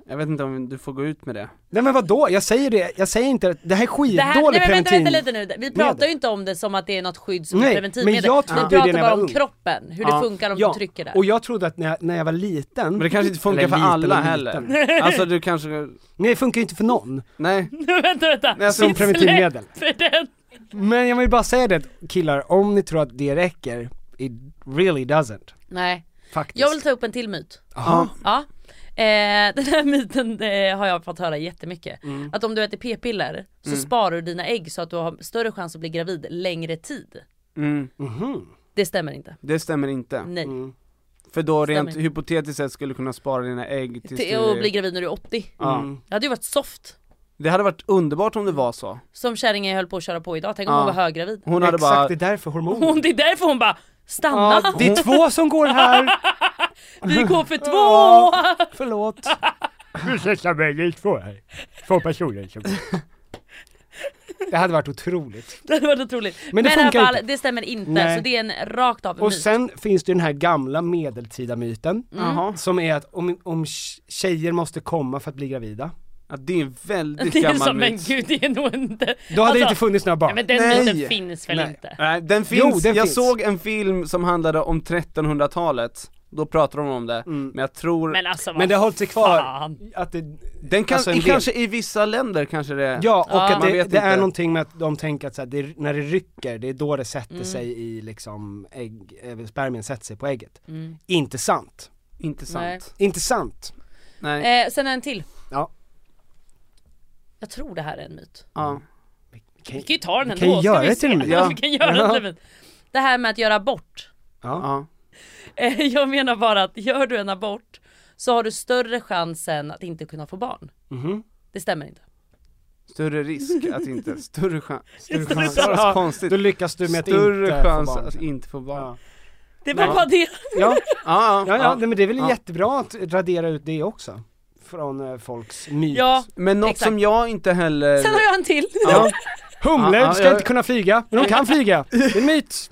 Jag vet inte om du får gå ut med det. Nej men vadå, jag säger det, jag säger inte att det här är Det här, nej skitdålig men vänta, preventiv. vänta lite nu, vi pratar ju inte om det som att det är något skydd som Nej, ett men preventivmedel. jag trodde vi det pratar när jag bara var om ung. kroppen, hur det funkar om ja. du trycker där. Och jag trodde att när jag, när jag var liten Men det kanske inte funkar Eller för liten och alla liten. heller. Alltså du kanske, Nej det funkar ju inte för någon. nej. Nu vänta vänta, Nej, alltså, som preventivmedel. för den! Men jag vill bara säga det killar, om ni tror att det räcker, it really doesn't. Nej. Faktiskt. Jag vill ta upp en till myt. Aha. Ja. Eh, den här myten eh, har jag fått höra jättemycket. Mm. Att om du äter p-piller så Mm. sparar du dina ägg så att du har större chans att bli gravid längre tid. Mm. Det stämmer inte. Det stämmer inte. Nej. Mm. För då Stämmer rent inte. hypotetiskt sett skulle du kunna spara dina ägg tills Till du... att bli gravid när du är 80. Ja. Mm. Det hade ju varit soft. Det hade varit underbart om det var så. Som kärringen jag höll på att köra på idag, tänk om Ja. hon var höggravid. Hon hade Exakt, bara, det är därför hormoner. Hon, det är därför hon bara stanna! Ja, det är två som går här, Vi går för två! Ja. förlåt. Ursäkta mig, det är två här. Två personer som... Det hade varit otroligt. Det hade varit otroligt. Men det i alla funkar fall, inte. det stämmer inte. Nej. Så det är en rakt av Och myt. sen finns det ju den här gamla medeltida myten, jaha. som är att om, om tjejer måste komma för att bli gravida, Ja, det är en väldigt det är gammal som, men myt. gud det är nog inte... då hade det inte funnits några barn. Nej, men den Nej. myten finns väl Nej. inte? Nej, den finns, Jo, den jag finns. såg en film som handlade om 1300-talet, då pratade de om det, men jag tror, Men alltså vad Mm. Men det har hållit sig kvar, fan. att det, den kan, alltså en i, del. kanske i vissa länder kanske det är ja och Ja. att Man det, vet det inte. är någonting med att de tänker att så här, det, när det rycker, det är då det sätter sig i liksom ägg, eh, spermien sätter sig på ägget. Inte sant. inte sant. Nej. Nej. Inte sant. Eh, sen en till. Ja. Jag tror det här är en myt. Ja. Vi kan ju ta den vi kan ändå, ju göra ska det vi till en se? myt. Ja. Ja. Vi kan göra det Ja. till en myt. Det här med att göra abort. Ja. Eh, jag menar bara att gör du en abort så har du större chansen att inte kunna få barn. Mhm. Det stämmer inte. Större risk att inte, större chans, större Större chans, chans. ja. Då konstigt. lyckas du med att inte Större få chans barn. att inte få barn. Ja. Det var bara det. Ja, Ja, ja, ja. Nej, men det är väl Ja. jättebra att radera ut det också. Från eh, folks myt. Ja. Men något Exakt. som jag inte heller... Sen har jag en till. Ja. Humlor Ja, ja, ska ja. inte kunna flyga, men de kan flyga. Det är en myt.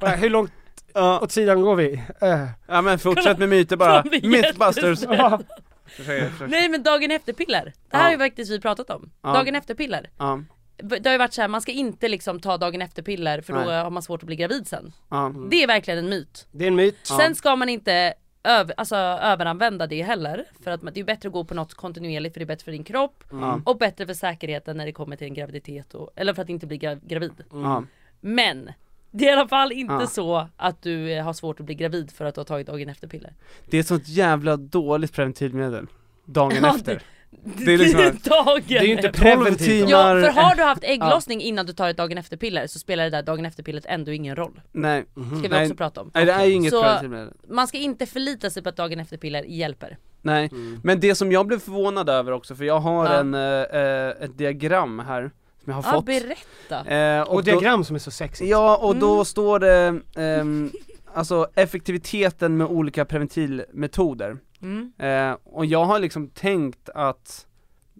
Bara, Hur långt Ja. åt sidan går vi? Eh. ja men fortsätt med myter bara, Som vi mythbusters! Ja. Försök, försök. Nej men dagen efter-piller. Det här har ju Ja. faktiskt vi pratat om. Ja. Dagen efter-piller. Ja, Det har ju varit så här, man ska inte liksom ta dagen efter-piller för då Nej. har man svårt att bli gravid sen. ja. Det är verkligen en myt. Det är en myt. Sen ska man inte öv, alltså, överanvända det heller. För att man, det är bättre att gå på något kontinuerligt för det är bättre för din kropp. Och bättre för säkerheten när det kommer till en graviditet. Och, eller för att inte bli gra- gravid. Ja. Men det är i alla fall inte Ja. så att du eh, har svårt att bli gravid för att du har tagit dagen efter-piller. Det är ett sånt jävla dåligt preventivmedel, dagen Ja, efter Det är liksom- dagen Det är ju inte efter. preventivt. Ja för har du haft ägglossning innan du tar ett dagen efter piller så spelar det där dagen efter pillret ändå ingen roll. Nej, Mhm. Ska vi Nej. också prata om. nej det är ju inget Så- preventivmedel Man ska inte förlita sig på att dagen efter piller hjälper. Nej, men det som jag blev förvånad över också, för jag har Ja. en, eh, eh, ett diagram här som jag Ja har fått berätta. Eh, Och, då- diagram som är så sexigt. Ja, och då Mm. står det ehm, alltså effektiviteten med olika preventivmetoder. Mm. Eh, och jag har liksom tänkt att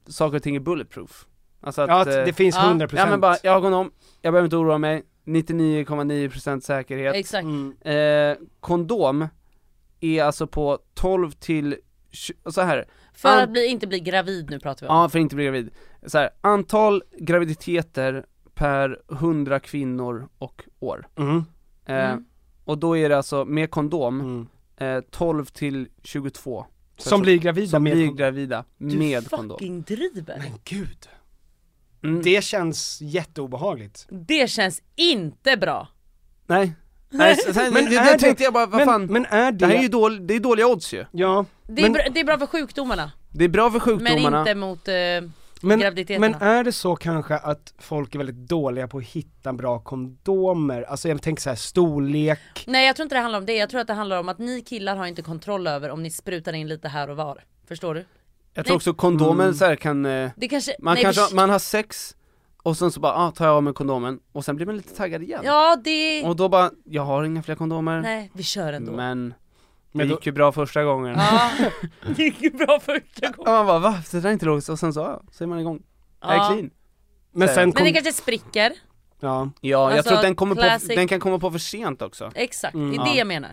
saker och ting är bulletproof. Alltså att, ja, att eh, det finns ja. 100%. ja men bara, jag har gonorm, jag behöver inte oroa mig, 99,9% säkerhet. Exakt. Mm. Eh, kondom är alltså på 12 till 20, så här. För an- att bli, inte bli gravid nu pratar vi om. Ja, för att inte bli gravid. Så här, antal graviditeter per 100 kvinnor och år. Mm. Eh, Mm. Och då är det alltså med kondom, Mm. eh, 12 till 22 Som blir gravida som med blir kondom. gravida Du med kondom. fucking driver. Men gud. Mm. Det känns jätteobehagligt. Det känns inte bra. Nej. Nej, så- så- Men men det, är där det- tänkte jag bara, vad Men, fan, men är det... det här är ju dålig, det är dåliga odds ju. Ja. Det är, Men- bra, det är bra för sjukdomarna, Det är bra för men sjukdomarna. inte mot eh, Men, men graviditeterna. är det så kanske att folk är väldigt dåliga på att hitta bra kondomer? Alltså jag tänker så här storlek. Nej jag tror inte det handlar om det, jag tror att det handlar om att ni killar har inte kontroll över om ni sprutar in lite här och var. Förstår du? Jag tror Nej. också kondomen Mm. så här kan, eh, Det kanske- man nej, kanske, först- man har sex och sen så bara, ah, tar jag av mig kondomen och sen blir man lite taggad igen Ja det... Och då bara, jag har inga fler kondomer Nej, vi kör ändå. Men, det Men då- gick ju bra första gången Ja, det gick ju bra första gången Man bara, va? Det där är inte logiskt, och sen så, ja, så är man igång Jag Ja. är clean Men, Så här. det kanske spricker. Ja, ja jag Alltså, tror att den, kommer på, classic- den kan komma på för sent också Exakt, Mm. det är Ja. det jag menar.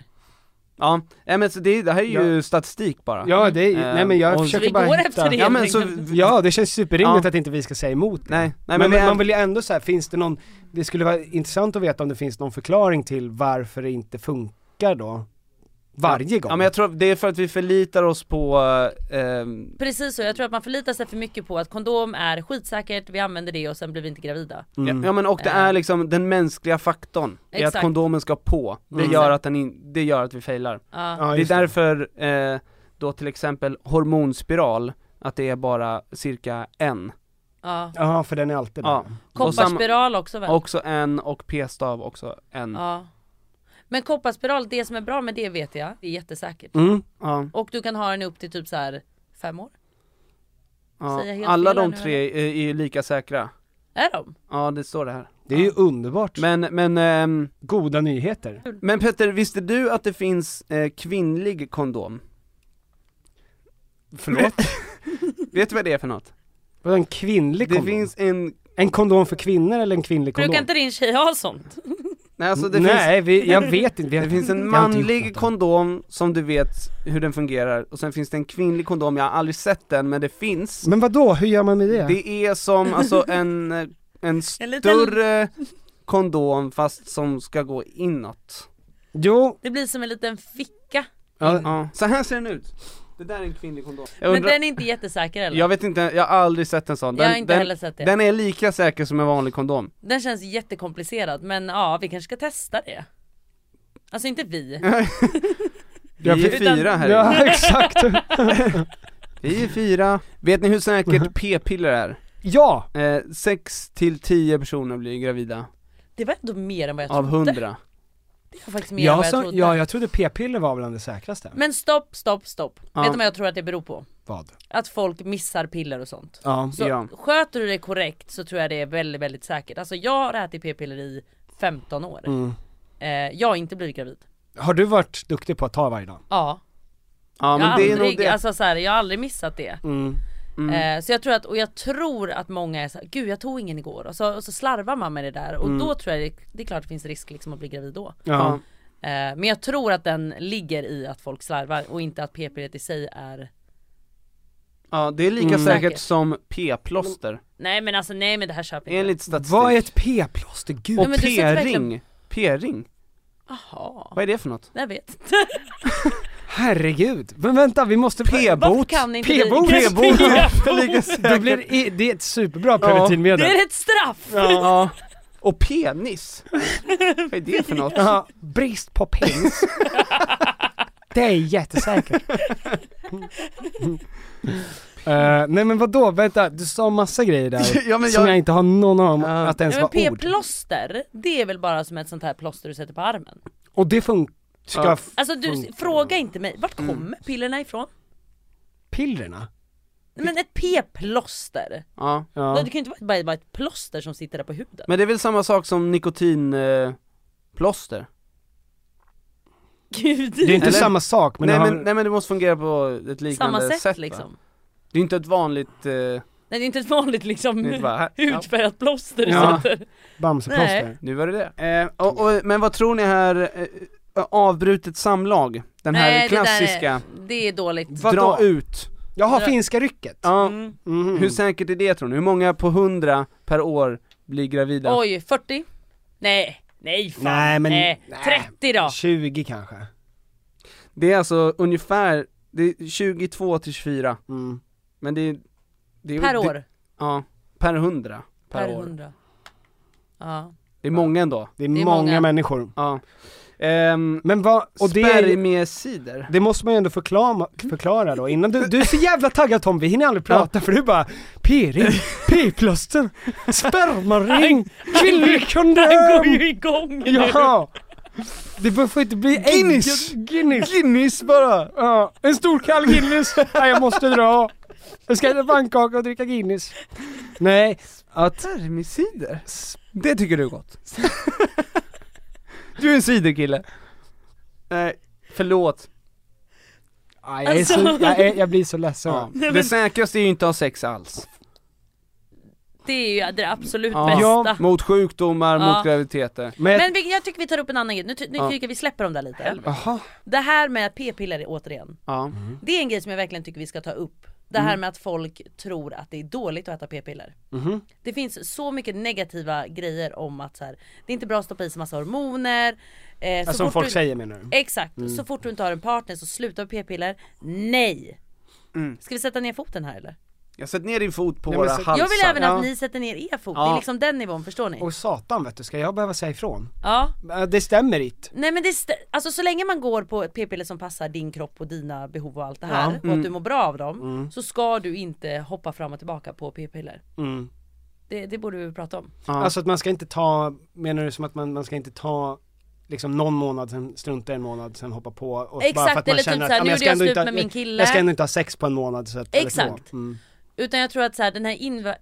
Ja, nej, men så det, det här är ju Ja. statistik bara Ja, det är, nej men jag Eh, och- försöker bara hitta... ja, men så, ja, det känns superrimligt Ja. att inte vi ska säga emot det. Nej, nej, men, men vi är- man vill ju ändå så här, finns det någon, det skulle vara intressant att veta om det finns någon förklaring till varför det inte funkar då, varje gång. Ja men jag tror det är för att vi förlitar oss på, eh, Precis så, jag tror att man förlitar sig för mycket på att kondom är skitsäkert, vi använder det och sen blir vi inte gravida. Mm. ja, ja men och det är liksom den mänskliga faktorn, i att Eh. Exakt. kondomen ska på, det Mm. gör att den in, det gör att vi failar. Ja. Ja, det är just det. därför eh, då till exempel hormonspiral, att det är bara cirka en. Ja. Ja, för den är alltid där. Ja. Och samma- Kopparspiral också väl? Också en och p-stav också en. Ja. Men kopparspiral, det som är bra med det vet jag, det är jättesäkert. Mm, ja. Och du kan ha den upp till typ så här fem år. Ja. Säger jag helt Alla fel här de nu, tre är, är ju lika säkra. Är de? Ja, det står det här. Det är ju underbart. Men, men... Ehm, Goda nyheter. Men Petter, visste du att det finns eh, kvinnlig kondom? Förlåt? Vet du vad det är för något? Vadå en kvinnlig Det kondom? finns en... En kondom för kvinnor eller en kvinnlig kondom? Brukar inte din tjej ha sånt? Nej, alltså det Nej, finns... vi, jag vet inte. Vi har- Det finns en jag har inte gjort något manlig om det. kondom som du vet hur den fungerar, och sen finns det en kvinnlig kondom, jag har aldrig sett den men det finns Men vad då? hur gör man med det? Det är som alltså en, eh, en liten- större kondom fast som ska gå inåt Jo, Det blir som en liten ficka. ja, ja. Mm. Så här ser den ut, det där är en kvinnlig kondom Jag Men undrar- den är inte jättesäker eller? Jag vet inte, jag har aldrig sett en sån. Jag Den, har inte den, heller sett det. den är lika säker som en vanlig kondom. Den känns jättekomplicerad men ja, vi kanske ska testa det. Alltså inte vi. Vi är Utan- fyra här inne. ja exakt. Vi är fyra. Vet ni hur säkert p-piller är? ja, Eh, 6 till 10 personer blir gravida Det var ändå mer än vad jag av trodde. 100. Det var faktiskt mer än jag vad jag sa, trodde. ja, jag trodde p-piller var bland det säkraste. Men stopp, stopp, stopp. Ja. Vet du vad jag tror att det beror på? Vad? Att folk missar piller och sånt. Ja, Så Ja. sköter du det korrekt så tror jag det är väldigt, väldigt säkert. Alltså jag har ätit p-piller i 15 år. Eh, jag har inte blivit gravid. Har du varit duktig på att ta varje dag? Ja. Ja jag, har men det är nog aldrig, det. Mm. Alltså, så här, jag har aldrig missat det. Eh, så jag tror att, och jag tror att många är så här, gud jag tog ingen igår och så, och så slarvar man med det där och då tror jag det, det är klart det finns risk liksom att bli gravid då. Mm. Ja. Eh, men jag tror att den ligger i att folk slarvar och inte att p-pillret i sig är Mm. ja, det är lika säkert Säkert. som p-plåster. Nej men alltså nej men det här köper jag inte. Enligt statistik. Vad är ett p-plåster? Gud. Nej, Och men du sätter p-ring. verkligen- P-ring. Jaha, Vad är det för något? jag vet inte. Herregud, men vänta vi måste... Varför P-bot! kan inte vi- P-bot! P-bot. Lika Det, säkert. blir, i- det är ett superbra Ja. Det preventivmedel. är ett straff! Ja. Och penis. Vad är det för något? Ja, brist på pins. det är jättesäkert. Eh, nej men vadå, vänta, du sa massa grejer där Ja, men som jag- jag inte har någon om Ja. att ens Ja, men var ord. p-plåster, det är väl bara som ett sånt här plåster du sätter på armen? Och det funkar, ska Ja. f- Alltså du, Funkar. fråga inte mig, vart kommer pillerna ifrån? pillerna? Nej, Men ett p-plåster? Ja. Det Ja. kan ju inte vara bara- bara ett plåster som sitter där på huden. Men det är väl samma sak som nikotinplåster? Eh, plåster? Gud! Det är inte Eller? samma sak men, nej, det har... men, nej men det måste fungera på ett liknande Samma sätt, sätt, sätt va? liksom. Det är inte ett vanligt, eh, Nej det är inte ett vanligt det är inte liksom bara här. hudfärgat plåster du Ja. sätter. Bamseplåster. Nej. Nu var det det. Eh, och, och, men vad tror ni här, eh, avbrutet samlag? Den här Nej, klassiska, Det, där är, det är dåligt. dra Vadå? ut. Jaha, Ja. finska rycket? Ja, Mm. Mhm. hur säkert är det tror ni? Hur många på hundra per år blir gravida? Oj, 40? Nej, nej fan. Nej, men- nej. nej. 30 då! 20 kanske? Det är alltså ungefär, det är 22 till 24, Mm. men det är... Det är Per det, år. Ja, per hundra. Per, Per år. 100. Ja. Det är många ändå. Det är, är många, många. människor. Ja. Ehm, Men vad, och det är ju- Spermiecider? Det måste man ju ändå förklara, förklara då innan du, du är så jävla taggad Tom, vi hinner aldrig prata för du bara P-ring, p-plåster, spermaring, Den kvinnlig går kondom! ju igång nu! Ja! Det bör- får inte bli ägg- Guinness. Guinness! Guinness bara! Ja, en stor kall Guinness, nej jag måste dra! Jag ska äta pannkaka och dricka Guinness. Nej, att... Spermicider? Det tycker du är gott? du är en ciderkille. Nej, förlåt. Aj, jag, är så, Alltså. jag, är, jag blir så ledsen. Ja. Nej, men- Det säkraste är ju inte att ha sex alls. Det är ju det absolut Ja. bästa. Mot sjukdomar, Ja. mot graviditeter. Men, vi, jag tycker vi tar upp en annan grej, nu, ty- nu Ja. tycker jag vi släpper dem där lite. Jaha. Det här med p-piller är återigen, Ja. det är en grej som jag verkligen tycker vi ska ta upp. Det här Mm. med att folk tror att det är dåligt att äta p-piller. Mhm. Det finns så mycket negativa grejer om att så här, det är inte bra att stoppa i sig massa hormoner. Eh, så Ja, som fort folk säger, menar du? Exakt, Mm. så fort du inte har en partner så sluta med p-piller. Nej! Ska vi sätta ner foten här eller? Jag sätter ner din fot på Nej, men våra så- halsar. Jag vill även att Ja. ni sätter ner er fot, det Ja. är liksom den nivån, förstår ni? Och satan vet du, ska jag behöva säga ifrån? Ja. Eh, Det stämmer inte. Nej men det, st- alltså så länge man går på ett p-piller som passar din kropp och dina behov och allt det här Ja, och mm. att du mår bra av dem Mm. så ska du inte hoppa fram och tillbaka på p-piller. Mm. Det, det borde vi prata om. Alltså att man ska inte ta, menar du som att man, man ska inte ta liksom någon månad, sen strunta en månad, sen hoppa på och Exakt, bara för att man eller typ känner så här, att ja, men nu jag gjorde ska jag ändå slut inte, ha- med min jag- kille. Jag ska ändå inte ha sex på en månad så att, eller två. Exakt. Mm. Utan jag tror att så här, den här inv-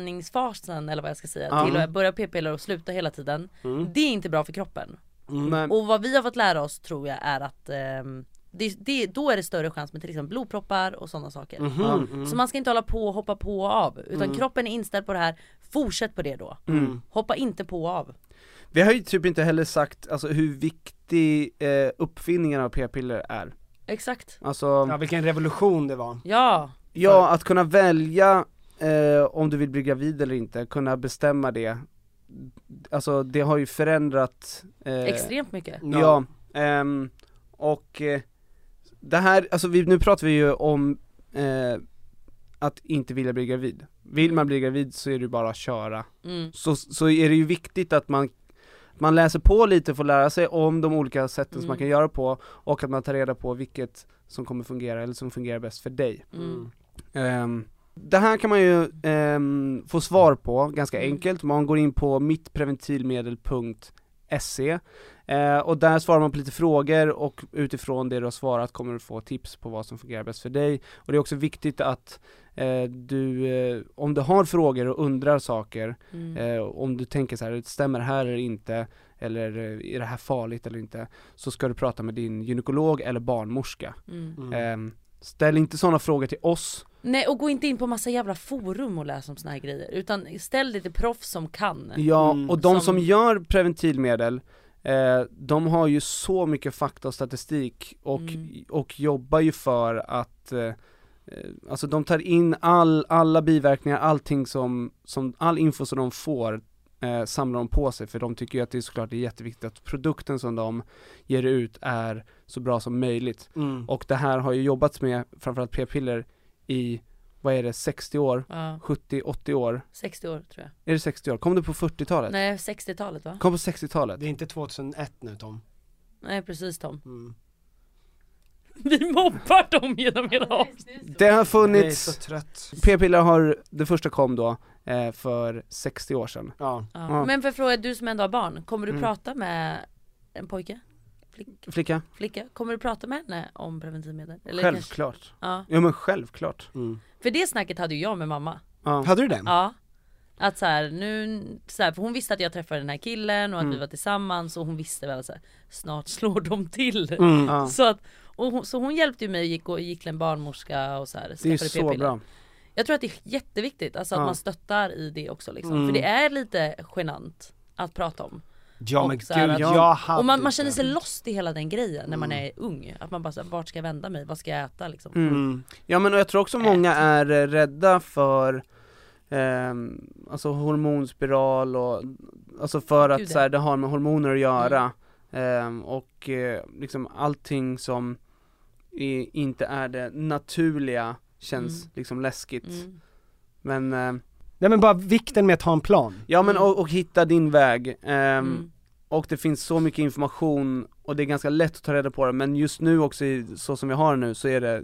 invärningsfasen eller vad jag ska säga Ja. till att börja p-piller och sluta hela tiden. Mm. Det är inte bra för kroppen. Mm. Nej. Och vad vi har fått lära oss tror jag är att ehm, det, det, då är det större chans med till exempel blodproppar och sådana saker. Mhm. Ja. Mm. Så man ska inte hålla på och hoppa på och av. Utan Mm. kroppen är inställd på det här, fortsätt på det då. Mm. Hoppa inte på och av. Vi har ju typ inte heller sagt alltså, hur viktig eh, uppfinningen av p-piller är. Exakt. Alltså, Ja vilken revolution det var. Ja. Ja, att kunna välja eh, om du vill bli gravid eller inte, kunna bestämma det. Alltså det har ju förändrat eh, Extremt mycket. Ja, ehm, och eh, det här, alltså vi, nu pratar vi ju om eh, att inte vilja bli gravid. Vill man bli gravid så är det ju bara att köra. Mm. Så, så är det ju viktigt att man man läser på lite för att lära sig om de olika sätten som Mm. man kan göra på och att man tar reda på vilket som kommer fungera eller som fungerar bäst för dig. Mm. Ehm, det här kan man ju ehm, få svar på ganska Mm. enkelt. Man går in på mittpreventivmedel.se eh, och där svarar man på lite frågor och utifrån det du har svarat kommer du få tips på vad som fungerar bäst för dig. Och det är också viktigt att eh, du, eh, om du har frågor och undrar saker, Mm. eh, om du tänker så här, stämmer det här eller inte? Eller eh, är det här farligt eller inte? Så ska du prata med din gynekolog eller barnmorska. Mm. Ehm, ställ inte sådana frågor till oss Nej och gå inte in på massa jävla forum och läs om såna här grejer. Utan ställ dig till proffs som kan. Ja, och de som, gör preventivmedel, eh, de har ju så mycket fakta och statistik och, Mm. och jobbar ju för att eh, eh, Alltså de tar in all, alla biverkningar, allting som, som, all info som de får eh, samlar de på sig för de tycker ju att det är såklart det är jätteviktigt att produkten som de ger ut är så bra som möjligt. Mm. Och det här har ju jobbats med, framförallt p-piller, i, vad är det, 60 år? Ja. 70, 80 år? 60 år tror jag. Är det 60 år? Kom det på 40-talet? Nej 60-talet va? Kom på 60-talet? Det är inte 2001 nu Tom. Nej precis Tom. Mm. Vi mobbar dem genom hela avsnittet. Det har Jag är så funnits, trött. p-piller har, det första kom då, eh, för 60 år sedan Ja. Ja. Men för fråga, du som ändå har barn, kommer du Mm. prata med en pojke? Flick, Flicka? flicka? Kommer du prata med henne om preventivmedel? Eller kanske- Självklart. Ja. Ja men självklart. För det snacket hade ju jag med mamma. Ja. Hade du det? Ja. Att så här, nu, så här, för hon visste att jag träffade den här killen och att Mm. vi var tillsammans och hon visste väl att så här, snart slår de till. Mm. Ja. Så, att, och hon, så hon hjälpte ju mig och gick, och gick till en barnmorska och så här, Det är ju skaffade så p-piller. bra. Jag tror att det är jätteviktigt alltså att Ja. man stöttar i det också liksom. Mm. För det är lite genant att prata om. Ja Och men så här gud, att- jag hade Och man, man inte. känner sig lost i hela den grejen när man är ung. Att man bara så här, vart ska jag vända mig? Vad ska jag äta liksom? Mm. Ja men och jag tror också många är eh, rädda för ehm, alltså hormonspiral och, alltså för Gud, att ja. Mm. så här, det har med hormoner att göra Ehm, och eh, liksom allting som i, inte är det naturliga känns Mm. liksom läskigt Mm. Men, ehm, Nej men bara vikten med att ha en plan. ja men Mm. och, och hitta din väg Ehm, Mm. och det finns så mycket information och det är ganska lätt att ta reda på det men just nu också i, så som vi har nu så är det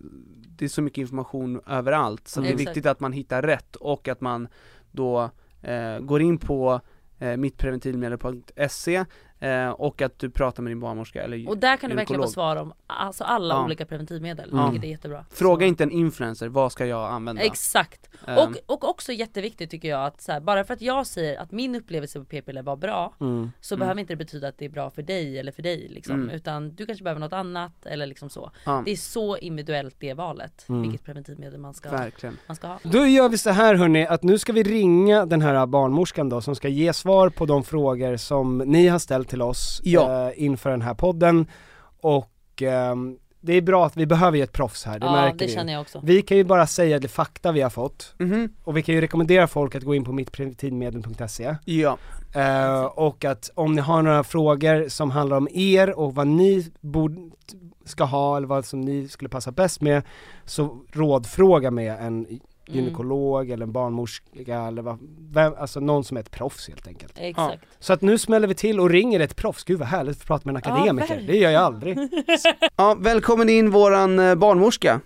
Det är så mycket information överallt så Mm. det är Exakt. viktigt att man hittar rätt och att man då eh, går in på eh, mittpreventivmedel.se Eh, och att du pratar med din barnmorska eller Och där kan du verkligen få gynekolog. svar om alltså alla Ja. olika preventivmedel, Ja. vilket är jättebra. Fråga inte en influencer, vad ska jag använda? Exakt. Ehm. Och, och också jätteviktigt tycker jag att så här, bara för att jag säger att min upplevelse på p-piller var bra Mm. så Mm. behöver inte det betyda att det är bra för dig eller för dig liksom. Mm. Utan du kanske behöver något annat eller liksom så. Ja. Det är så individuellt det valet, Mm. vilket preventivmedel man ska, Verkligen. man ska ha. Då gör vi så här hörni, att nu ska vi ringa den här barnmorskan då som ska ge svar på de frågor som ni har ställt till oss Ja. eh, inför den här podden. Och ehm, det är bra att vi behöver ju ett proffs här, det Ja, märker det vi. ju. känner jag också. Vi kan ju bara säga de fakta vi har fått. Mhm. Och vi kan ju rekommendera folk att gå in på mittpreventivmedel.se. Ja. Eh, och att om ni har några frågor som handlar om er och vad ni borde, ska ha eller vad som ni skulle passa bäst med, så rådfråga med Mm. en gynekolog eller en barnmorska eller vad, vem, alltså någon som är ett proffs helt enkelt. Exakt. Så att nu smäller vi till och ringer ett proffs, gud vad härligt att prata med en Ja, akademiker, det verkligen. gör jag aldrig. Ja, välkommen in våran eh, barnmorska.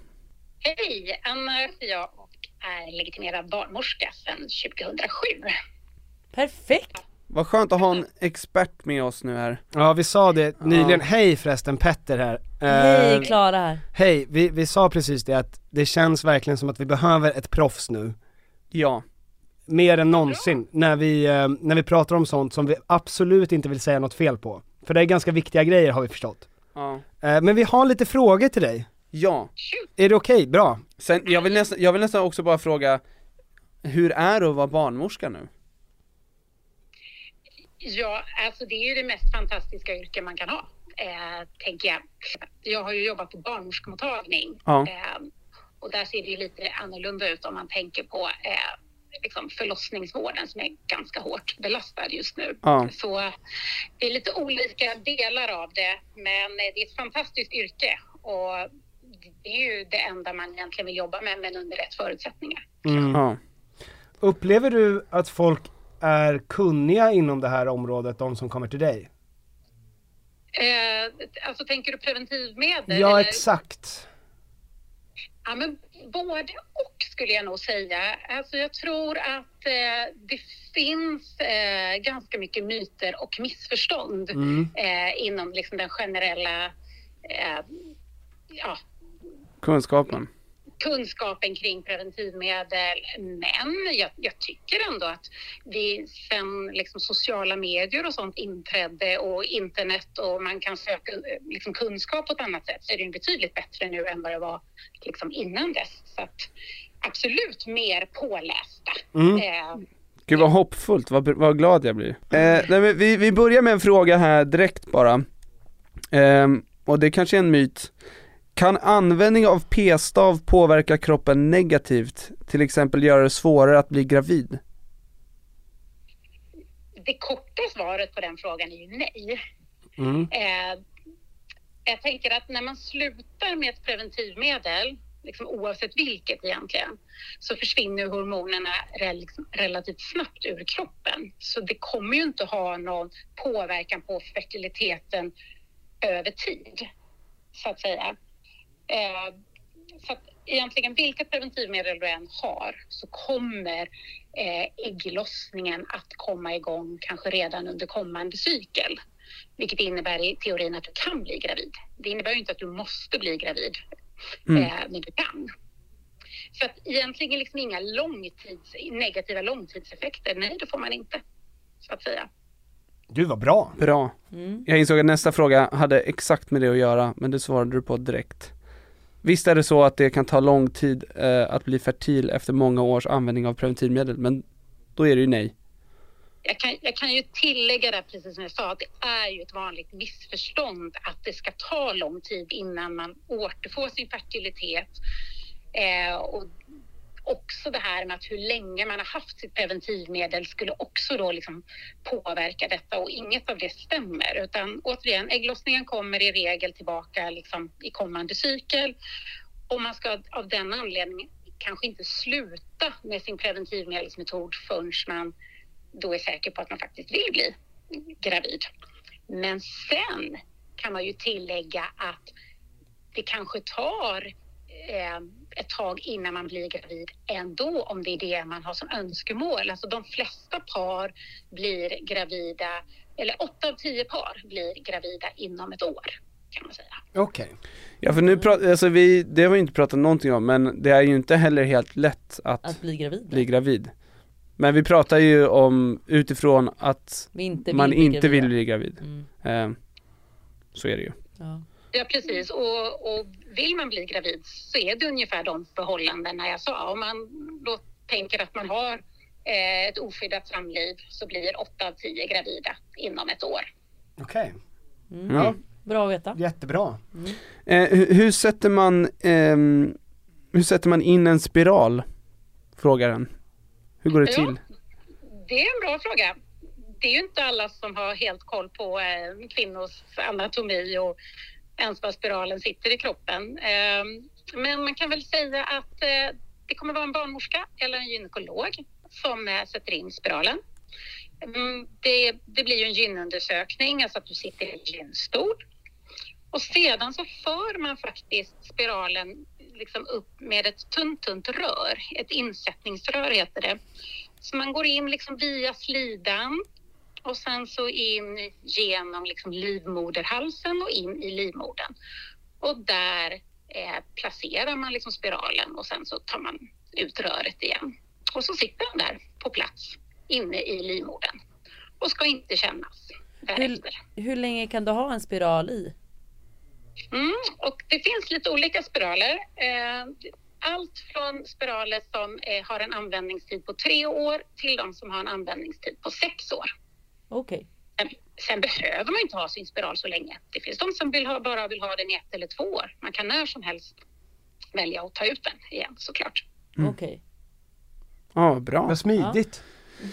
Hej, Anna heter jag och är legitimerad barnmorska sedan 2007. Perfekt! Vad skönt att ha en expert med oss nu här. Ja vi sa det nyligen, Ja. hej förresten Petter här. Eh, Hej Klara här. Hej, vi, vi sa precis det att det känns verkligen som att vi behöver ett proffs nu. Ja. Mer än någonsin när vi, eh, när vi pratar om sånt som vi absolut inte vill säga något fel på. För det är ganska viktiga grejer har vi förstått. Ja. Eh, Men vi har lite frågor till dig. Ja. Är det okej? Bra. Sen, jag vill, nästan, jag vill nästan också bara fråga, hur är det att vara barnmorska nu? Ja, alltså det är ju det mest fantastiska yrke man kan ha, eh, tänker jag. Jag har ju jobbat på barnmorskemottagning Ja. eh, och där ser det ju lite annorlunda ut om man tänker på eh, liksom förlossningsvården som är ganska hårt belastad just nu. Ja. Så det är lite olika delar av det, men eh, det är ett fantastiskt yrke och det är ju det enda man egentligen vill jobba med, men under rätt förutsättningar. Ja. Upplever du att folk är kunniga inom det här området, de som kommer till dig? Eh, alltså tänker du preventivmedel? Ja, eller? exakt. Ja, men både och skulle jag nog säga. Alltså jag tror att eh, det finns eh, ganska mycket myter och missförstånd Mm. eh, inom liksom den generella eh, ja, Kunskapen. kunskapen kring preventivmedel. Men jag, jag tycker ändå att vi sen liksom sociala medier och sånt inträdde och internet och man kan söka eh, liksom kunskap på ett annat sätt så är det ju betydligt bättre nu än vad det var liksom innan dess. Så att absolut mer pålästa. Mm. Eh, Gud vad hoppfullt, vad, vad glad jag blir. Eh, nej, men vi, vi börjar med en fråga här direkt bara. Ehm, och det kanske är en myt. Kan användning av p-stav påverka kroppen negativt? Till exempel göra det svårare att bli gravid? det korta svaret på den frågan är ju nej. Mm. Eh, jag tänker att när man slutar med ett preventivmedel, liksom oavsett vilket egentligen, så försvinner ju hormonerna rel- liksom relativt snabbt ur kroppen. Så det kommer ju inte ha någon påverkan på fertiliteten över tid, så att säga. Eh, så att egentligen vilket preventivmedel du än har så kommer eh, ägglossningen att komma igång kanske redan under kommande cykel. Vilket innebär i teorin att du kan bli gravid. Det innebär ju inte att du måste bli gravid, Mm. eh, men du kan. Så att egentligen liksom inga långtids, negativa långtidseffekter, nej det får man inte. Så att säga. Gud vad bra. Bra. Mm. Jag insåg att nästa fråga hade exakt med det att göra, men det svarade du på direkt. Visst är det så att det kan ta lång tid eh, att bli fertil efter många års användning av preventivmedel, men då är det ju nej. jag kan, jag kan ju tillägga där precis som jag sa att det är ju ett vanligt missförstånd att det ska ta lång tid innan man återfår sin fertilitet. Eh, och också det här med att hur länge man har haft sitt preventivmedel skulle också då liksom påverka detta och inget av det stämmer utan återigen ägglossningen kommer i regel tillbaka liksom i kommande cykel och man ska av den anledningen kanske inte sluta med sin preventivmedelsmetod förrän man då är säker på att man faktiskt vill bli gravid. Men sen kan man ju tillägga att det kanske tar eh, ett tag innan man blir gravid ändå om det är det man har som önskemål. Alltså de flesta par blir gravida eller åtta av tio par blir gravida inom ett år kan man säga. Okej. Ja för nu pratar, alltså vi, det har vi inte pratat någonting om men det är ju inte heller helt lätt att, Att bli gravid. bli gravid. Men vi pratar ju om utifrån att Vi inte vill man bli Mm. inte vill gravida. bli gravid. Eh, så är det ju. Ja, Mm. precis. Och, och vill man bli gravid så är det ungefär de förhållandena jag sa. Om man då tänker att man har eh, ett oskyddat samliv så blir åtta av tio gravida inom ett år. Okej. Ja. Bra att veta. Jättebra. Eh, hur, hur sätter man, ehm, hur sätter man in en spiral? Frågar den. Hur går det Ja. till? Det är en bra fråga. Det är ju inte alla som har helt koll på eh, kvinnors anatomi och ens var spiralen sitter i kroppen. Eh, men man kan väl säga att eh, det kommer vara en barnmorska eller en gynekolog som eh, sätter in spiralen. Mm, det, det blir ju en gynundersökning, alltså att du sitter i en gynstol. Och sedan så för man faktiskt spiralen liksom upp med ett tunt, tunt rör. Ett insättningsrör heter det. Så man går in liksom via slidan och sen så in genom liksom livmoderhalsen och in i livmodern. Och där eh, placerar man liksom spiralen och sen så tar man ut röret igen. Och så sitter den där på plats inne i livmodern och ska inte kännas. Hur, hur länge kan du ha en spiral i? Mm, och det finns lite olika spiraler. Eh, Allt från spiraler som eh, har en användningstid på tre år till de som har en användningstid på sex år. Okej. Sen, sen behöver man inte ha sin spiral så länge. Det finns de som vill ha, bara vill ha den i ett eller två år. Man kan när som helst välja att ta ut den igen såklart. Okej. Ja, bra. Vad smidigt.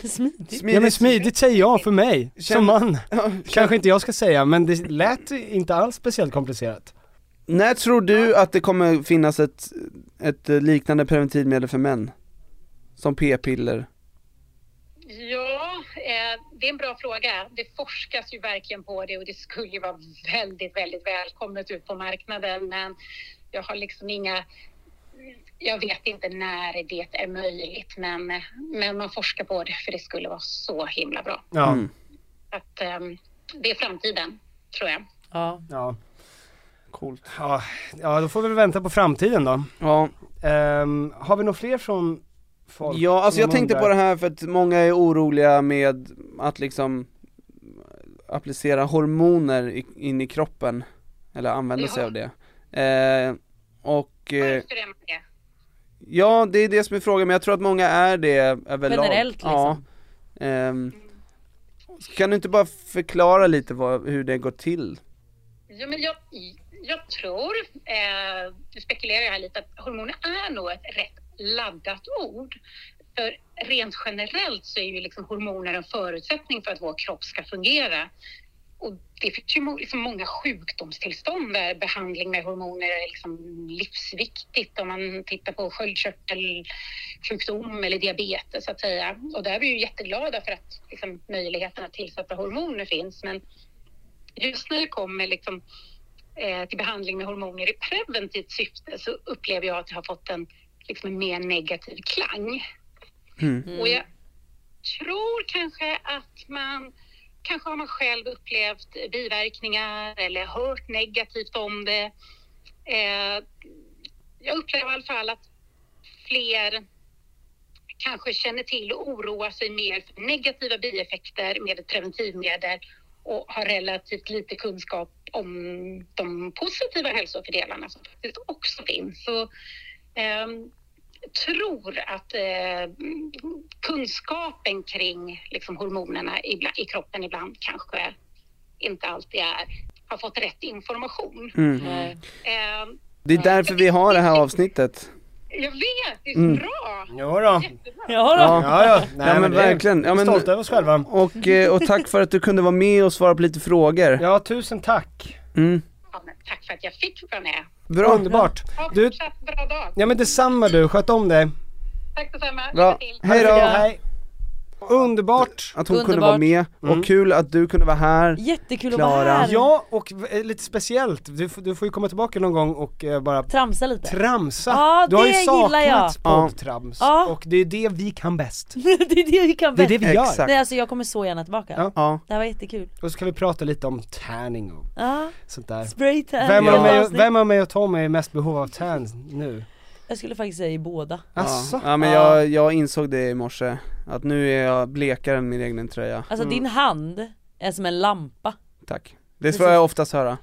Smidigt. Ja men smidigt säger jag för mig, som man. Kanske inte jag ska säga, men det lät inte alls speciellt komplicerat. När tror du att det kommer finnas ett, ett eh, liknande preventivmedel för män? Som p-piller? Ja, eh, det är en bra fråga. Det forskas ju verkligen på det och det skulle ju vara väldigt, väldigt välkommet ut på marknaden. Men jag har liksom inga... Jag vet inte när det är möjligt, men, men man forskar på det för det skulle vara så himla bra. Ja. Att, eh, det är framtiden, tror jag. Ja. ja. Coolt. Ja, ja, då får vi väl vänta på framtiden då. Ehm, Ja. har vi några fler från folk? Ja, alltså som jag tänkte undrar? på det här för att många är oroliga med att liksom applicera hormoner i- in i kroppen, eller använda sig Ja. av det. Eh, och... Eh, Hur är man det? ja, det är det som är frågan, men jag tror att många är det överlag. Generellt liksom. Ja. Ehm, kan du inte bara förklara lite vad, hur det går till? Ja, men jag, jag tror, eh, nu spekulerar jag här lite, att hormoner är nog ett rätt laddat ord. För rent generellt så är ju liksom hormoner en förutsättning för att vår kropp ska fungera. Och det finns ju mo- liksom många sjukdomstillstånd där behandling med hormoner är liksom livsviktigt om man tittar på sköldkörtelsjukdom eller diabetes så att säga. Och där är vi ju jätteglada för att liksom, möjligheten att tillsätta hormoner finns. Men just när det kommer liksom, eh, till behandling med hormoner i preventivt syfte så upplever jag att det har fått en, liksom, en mer negativ klang. Mm. Och jag tror kanske att man kanske har man själv upplevt biverkningar eller hört negativt om det. Eh, jag upplever i alla fall att fler kanske känner till och oroar sig mer för negativa bieffekter med ett preventivmedel och har relativt lite kunskap om de positiva hälsofördelarna som faktiskt också finns. Så, ehm, tror att eh, kunskapen kring liksom, hormonerna ibla- i kroppen ibland kanske inte alltid är, har fått rätt information. Mm. Nej. Ehm, Det är därför vi har det här avsnitt. avsnittet. jag vet, det är Mm. bra! Jodå. Ja, Ja, ja. Nej, ja men, men det är- verkligen. Ja, men, Stolta över oss själva. Och, eh, och tack för att du kunde vara med och svara på lite frågor. Ja, tusen tack. Mm. Ja, men tack för att jag fick vara med. Bra. Underbart. Ha Du, fortsatt bra dag. ja men detsamma du, sköt om dig. Tack detsamma. Bra. till. Hej då. Hej. Underbart! Att hon kunde vara med, och kul att du kunde vara här Jättekul Klara. Mm. Ja, och eh, lite speciellt, du, f- du får ju komma tillbaka någon gång och eh, bara Tramsa lite. Tramsa! Ja, du har ju det gillar jag. saknat poddtrams, Ja. och det är det vi kan bäst. det är det vi kan Det är det vi gör. Nej alltså jag kommer så gärna tillbaka. Ja. Ja. Det här var jättekul. Och så kan vi prata lite om tanning och Ja. sånt där. Spraytan. Vem Ja. av, mig, Avsnitt. vem av mig och Tom är i mest behov av tan nu? Jag skulle faktiskt säga i båda. Ja, ja men jag, jag insåg det i morse, att nu är jag blekare än min egen tröja Mm. Alltså din hand är som en lampa. Tack, det får jag oftast höra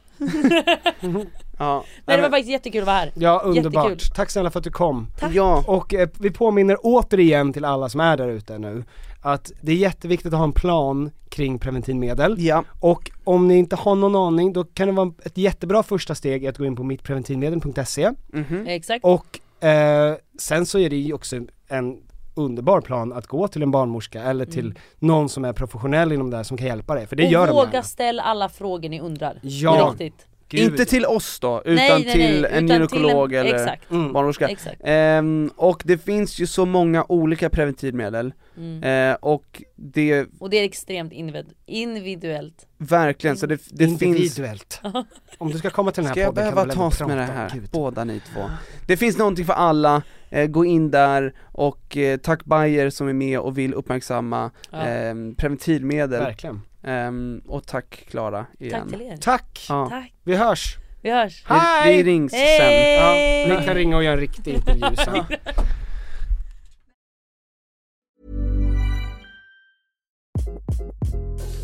Ja, Men det var faktiskt jättekul att vara här. Ja, underbart. Jättekul. Tack snälla för att du kom. Ja. Och eh, vi påminner återigen till alla som är där ute nu att det är jätteviktigt att ha en plan kring preventivmedel. Ja. Och om ni inte har någon aning, då kan det vara ett jättebra första steg att gå in på mittpreventivmedel.se. Exakt. Mm. Och eh, sen så är det ju också en underbar plan att gå till en barnmorska eller till Mm. någon som är professionell inom det här som kan hjälpa dig, för det och gör de våga gärna. ställa alla frågor ni undrar. Ja. På Riktigt. Inte till oss då, utan Nej, nej, nej, till utan en till en- gynekolog eller exakt. Mm. barnmorska. Exakt. Ehm, och det finns ju så många olika preventivmedel, Mm. Ehm, och det, Och det är extremt invid- individuellt. verkligen, så det, det finns... Individuellt. Om du ska komma till den här Ska jag podden behöva kan du väl ändå tas med det prata om här? Gud. Båda ni två. Det finns någonting för alla, eh, gå in där och eh, tack Bayer som är med och vill uppmärksamma Ja. ehm, preventivmedel. Verkligen. Ehm, och tack Klara igen. Tack till er. Tack! Ja. Tack. Vi hörs! Vi hörs. Vi- Hej! vi rings sen. Hej! Ja, vi kan ringa och göra en riktig intervju sen.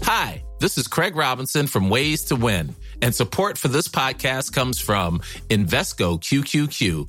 Hi, this is Craig Robinson from Ways to Win, and support for this podcast comes from Invesco QQQ,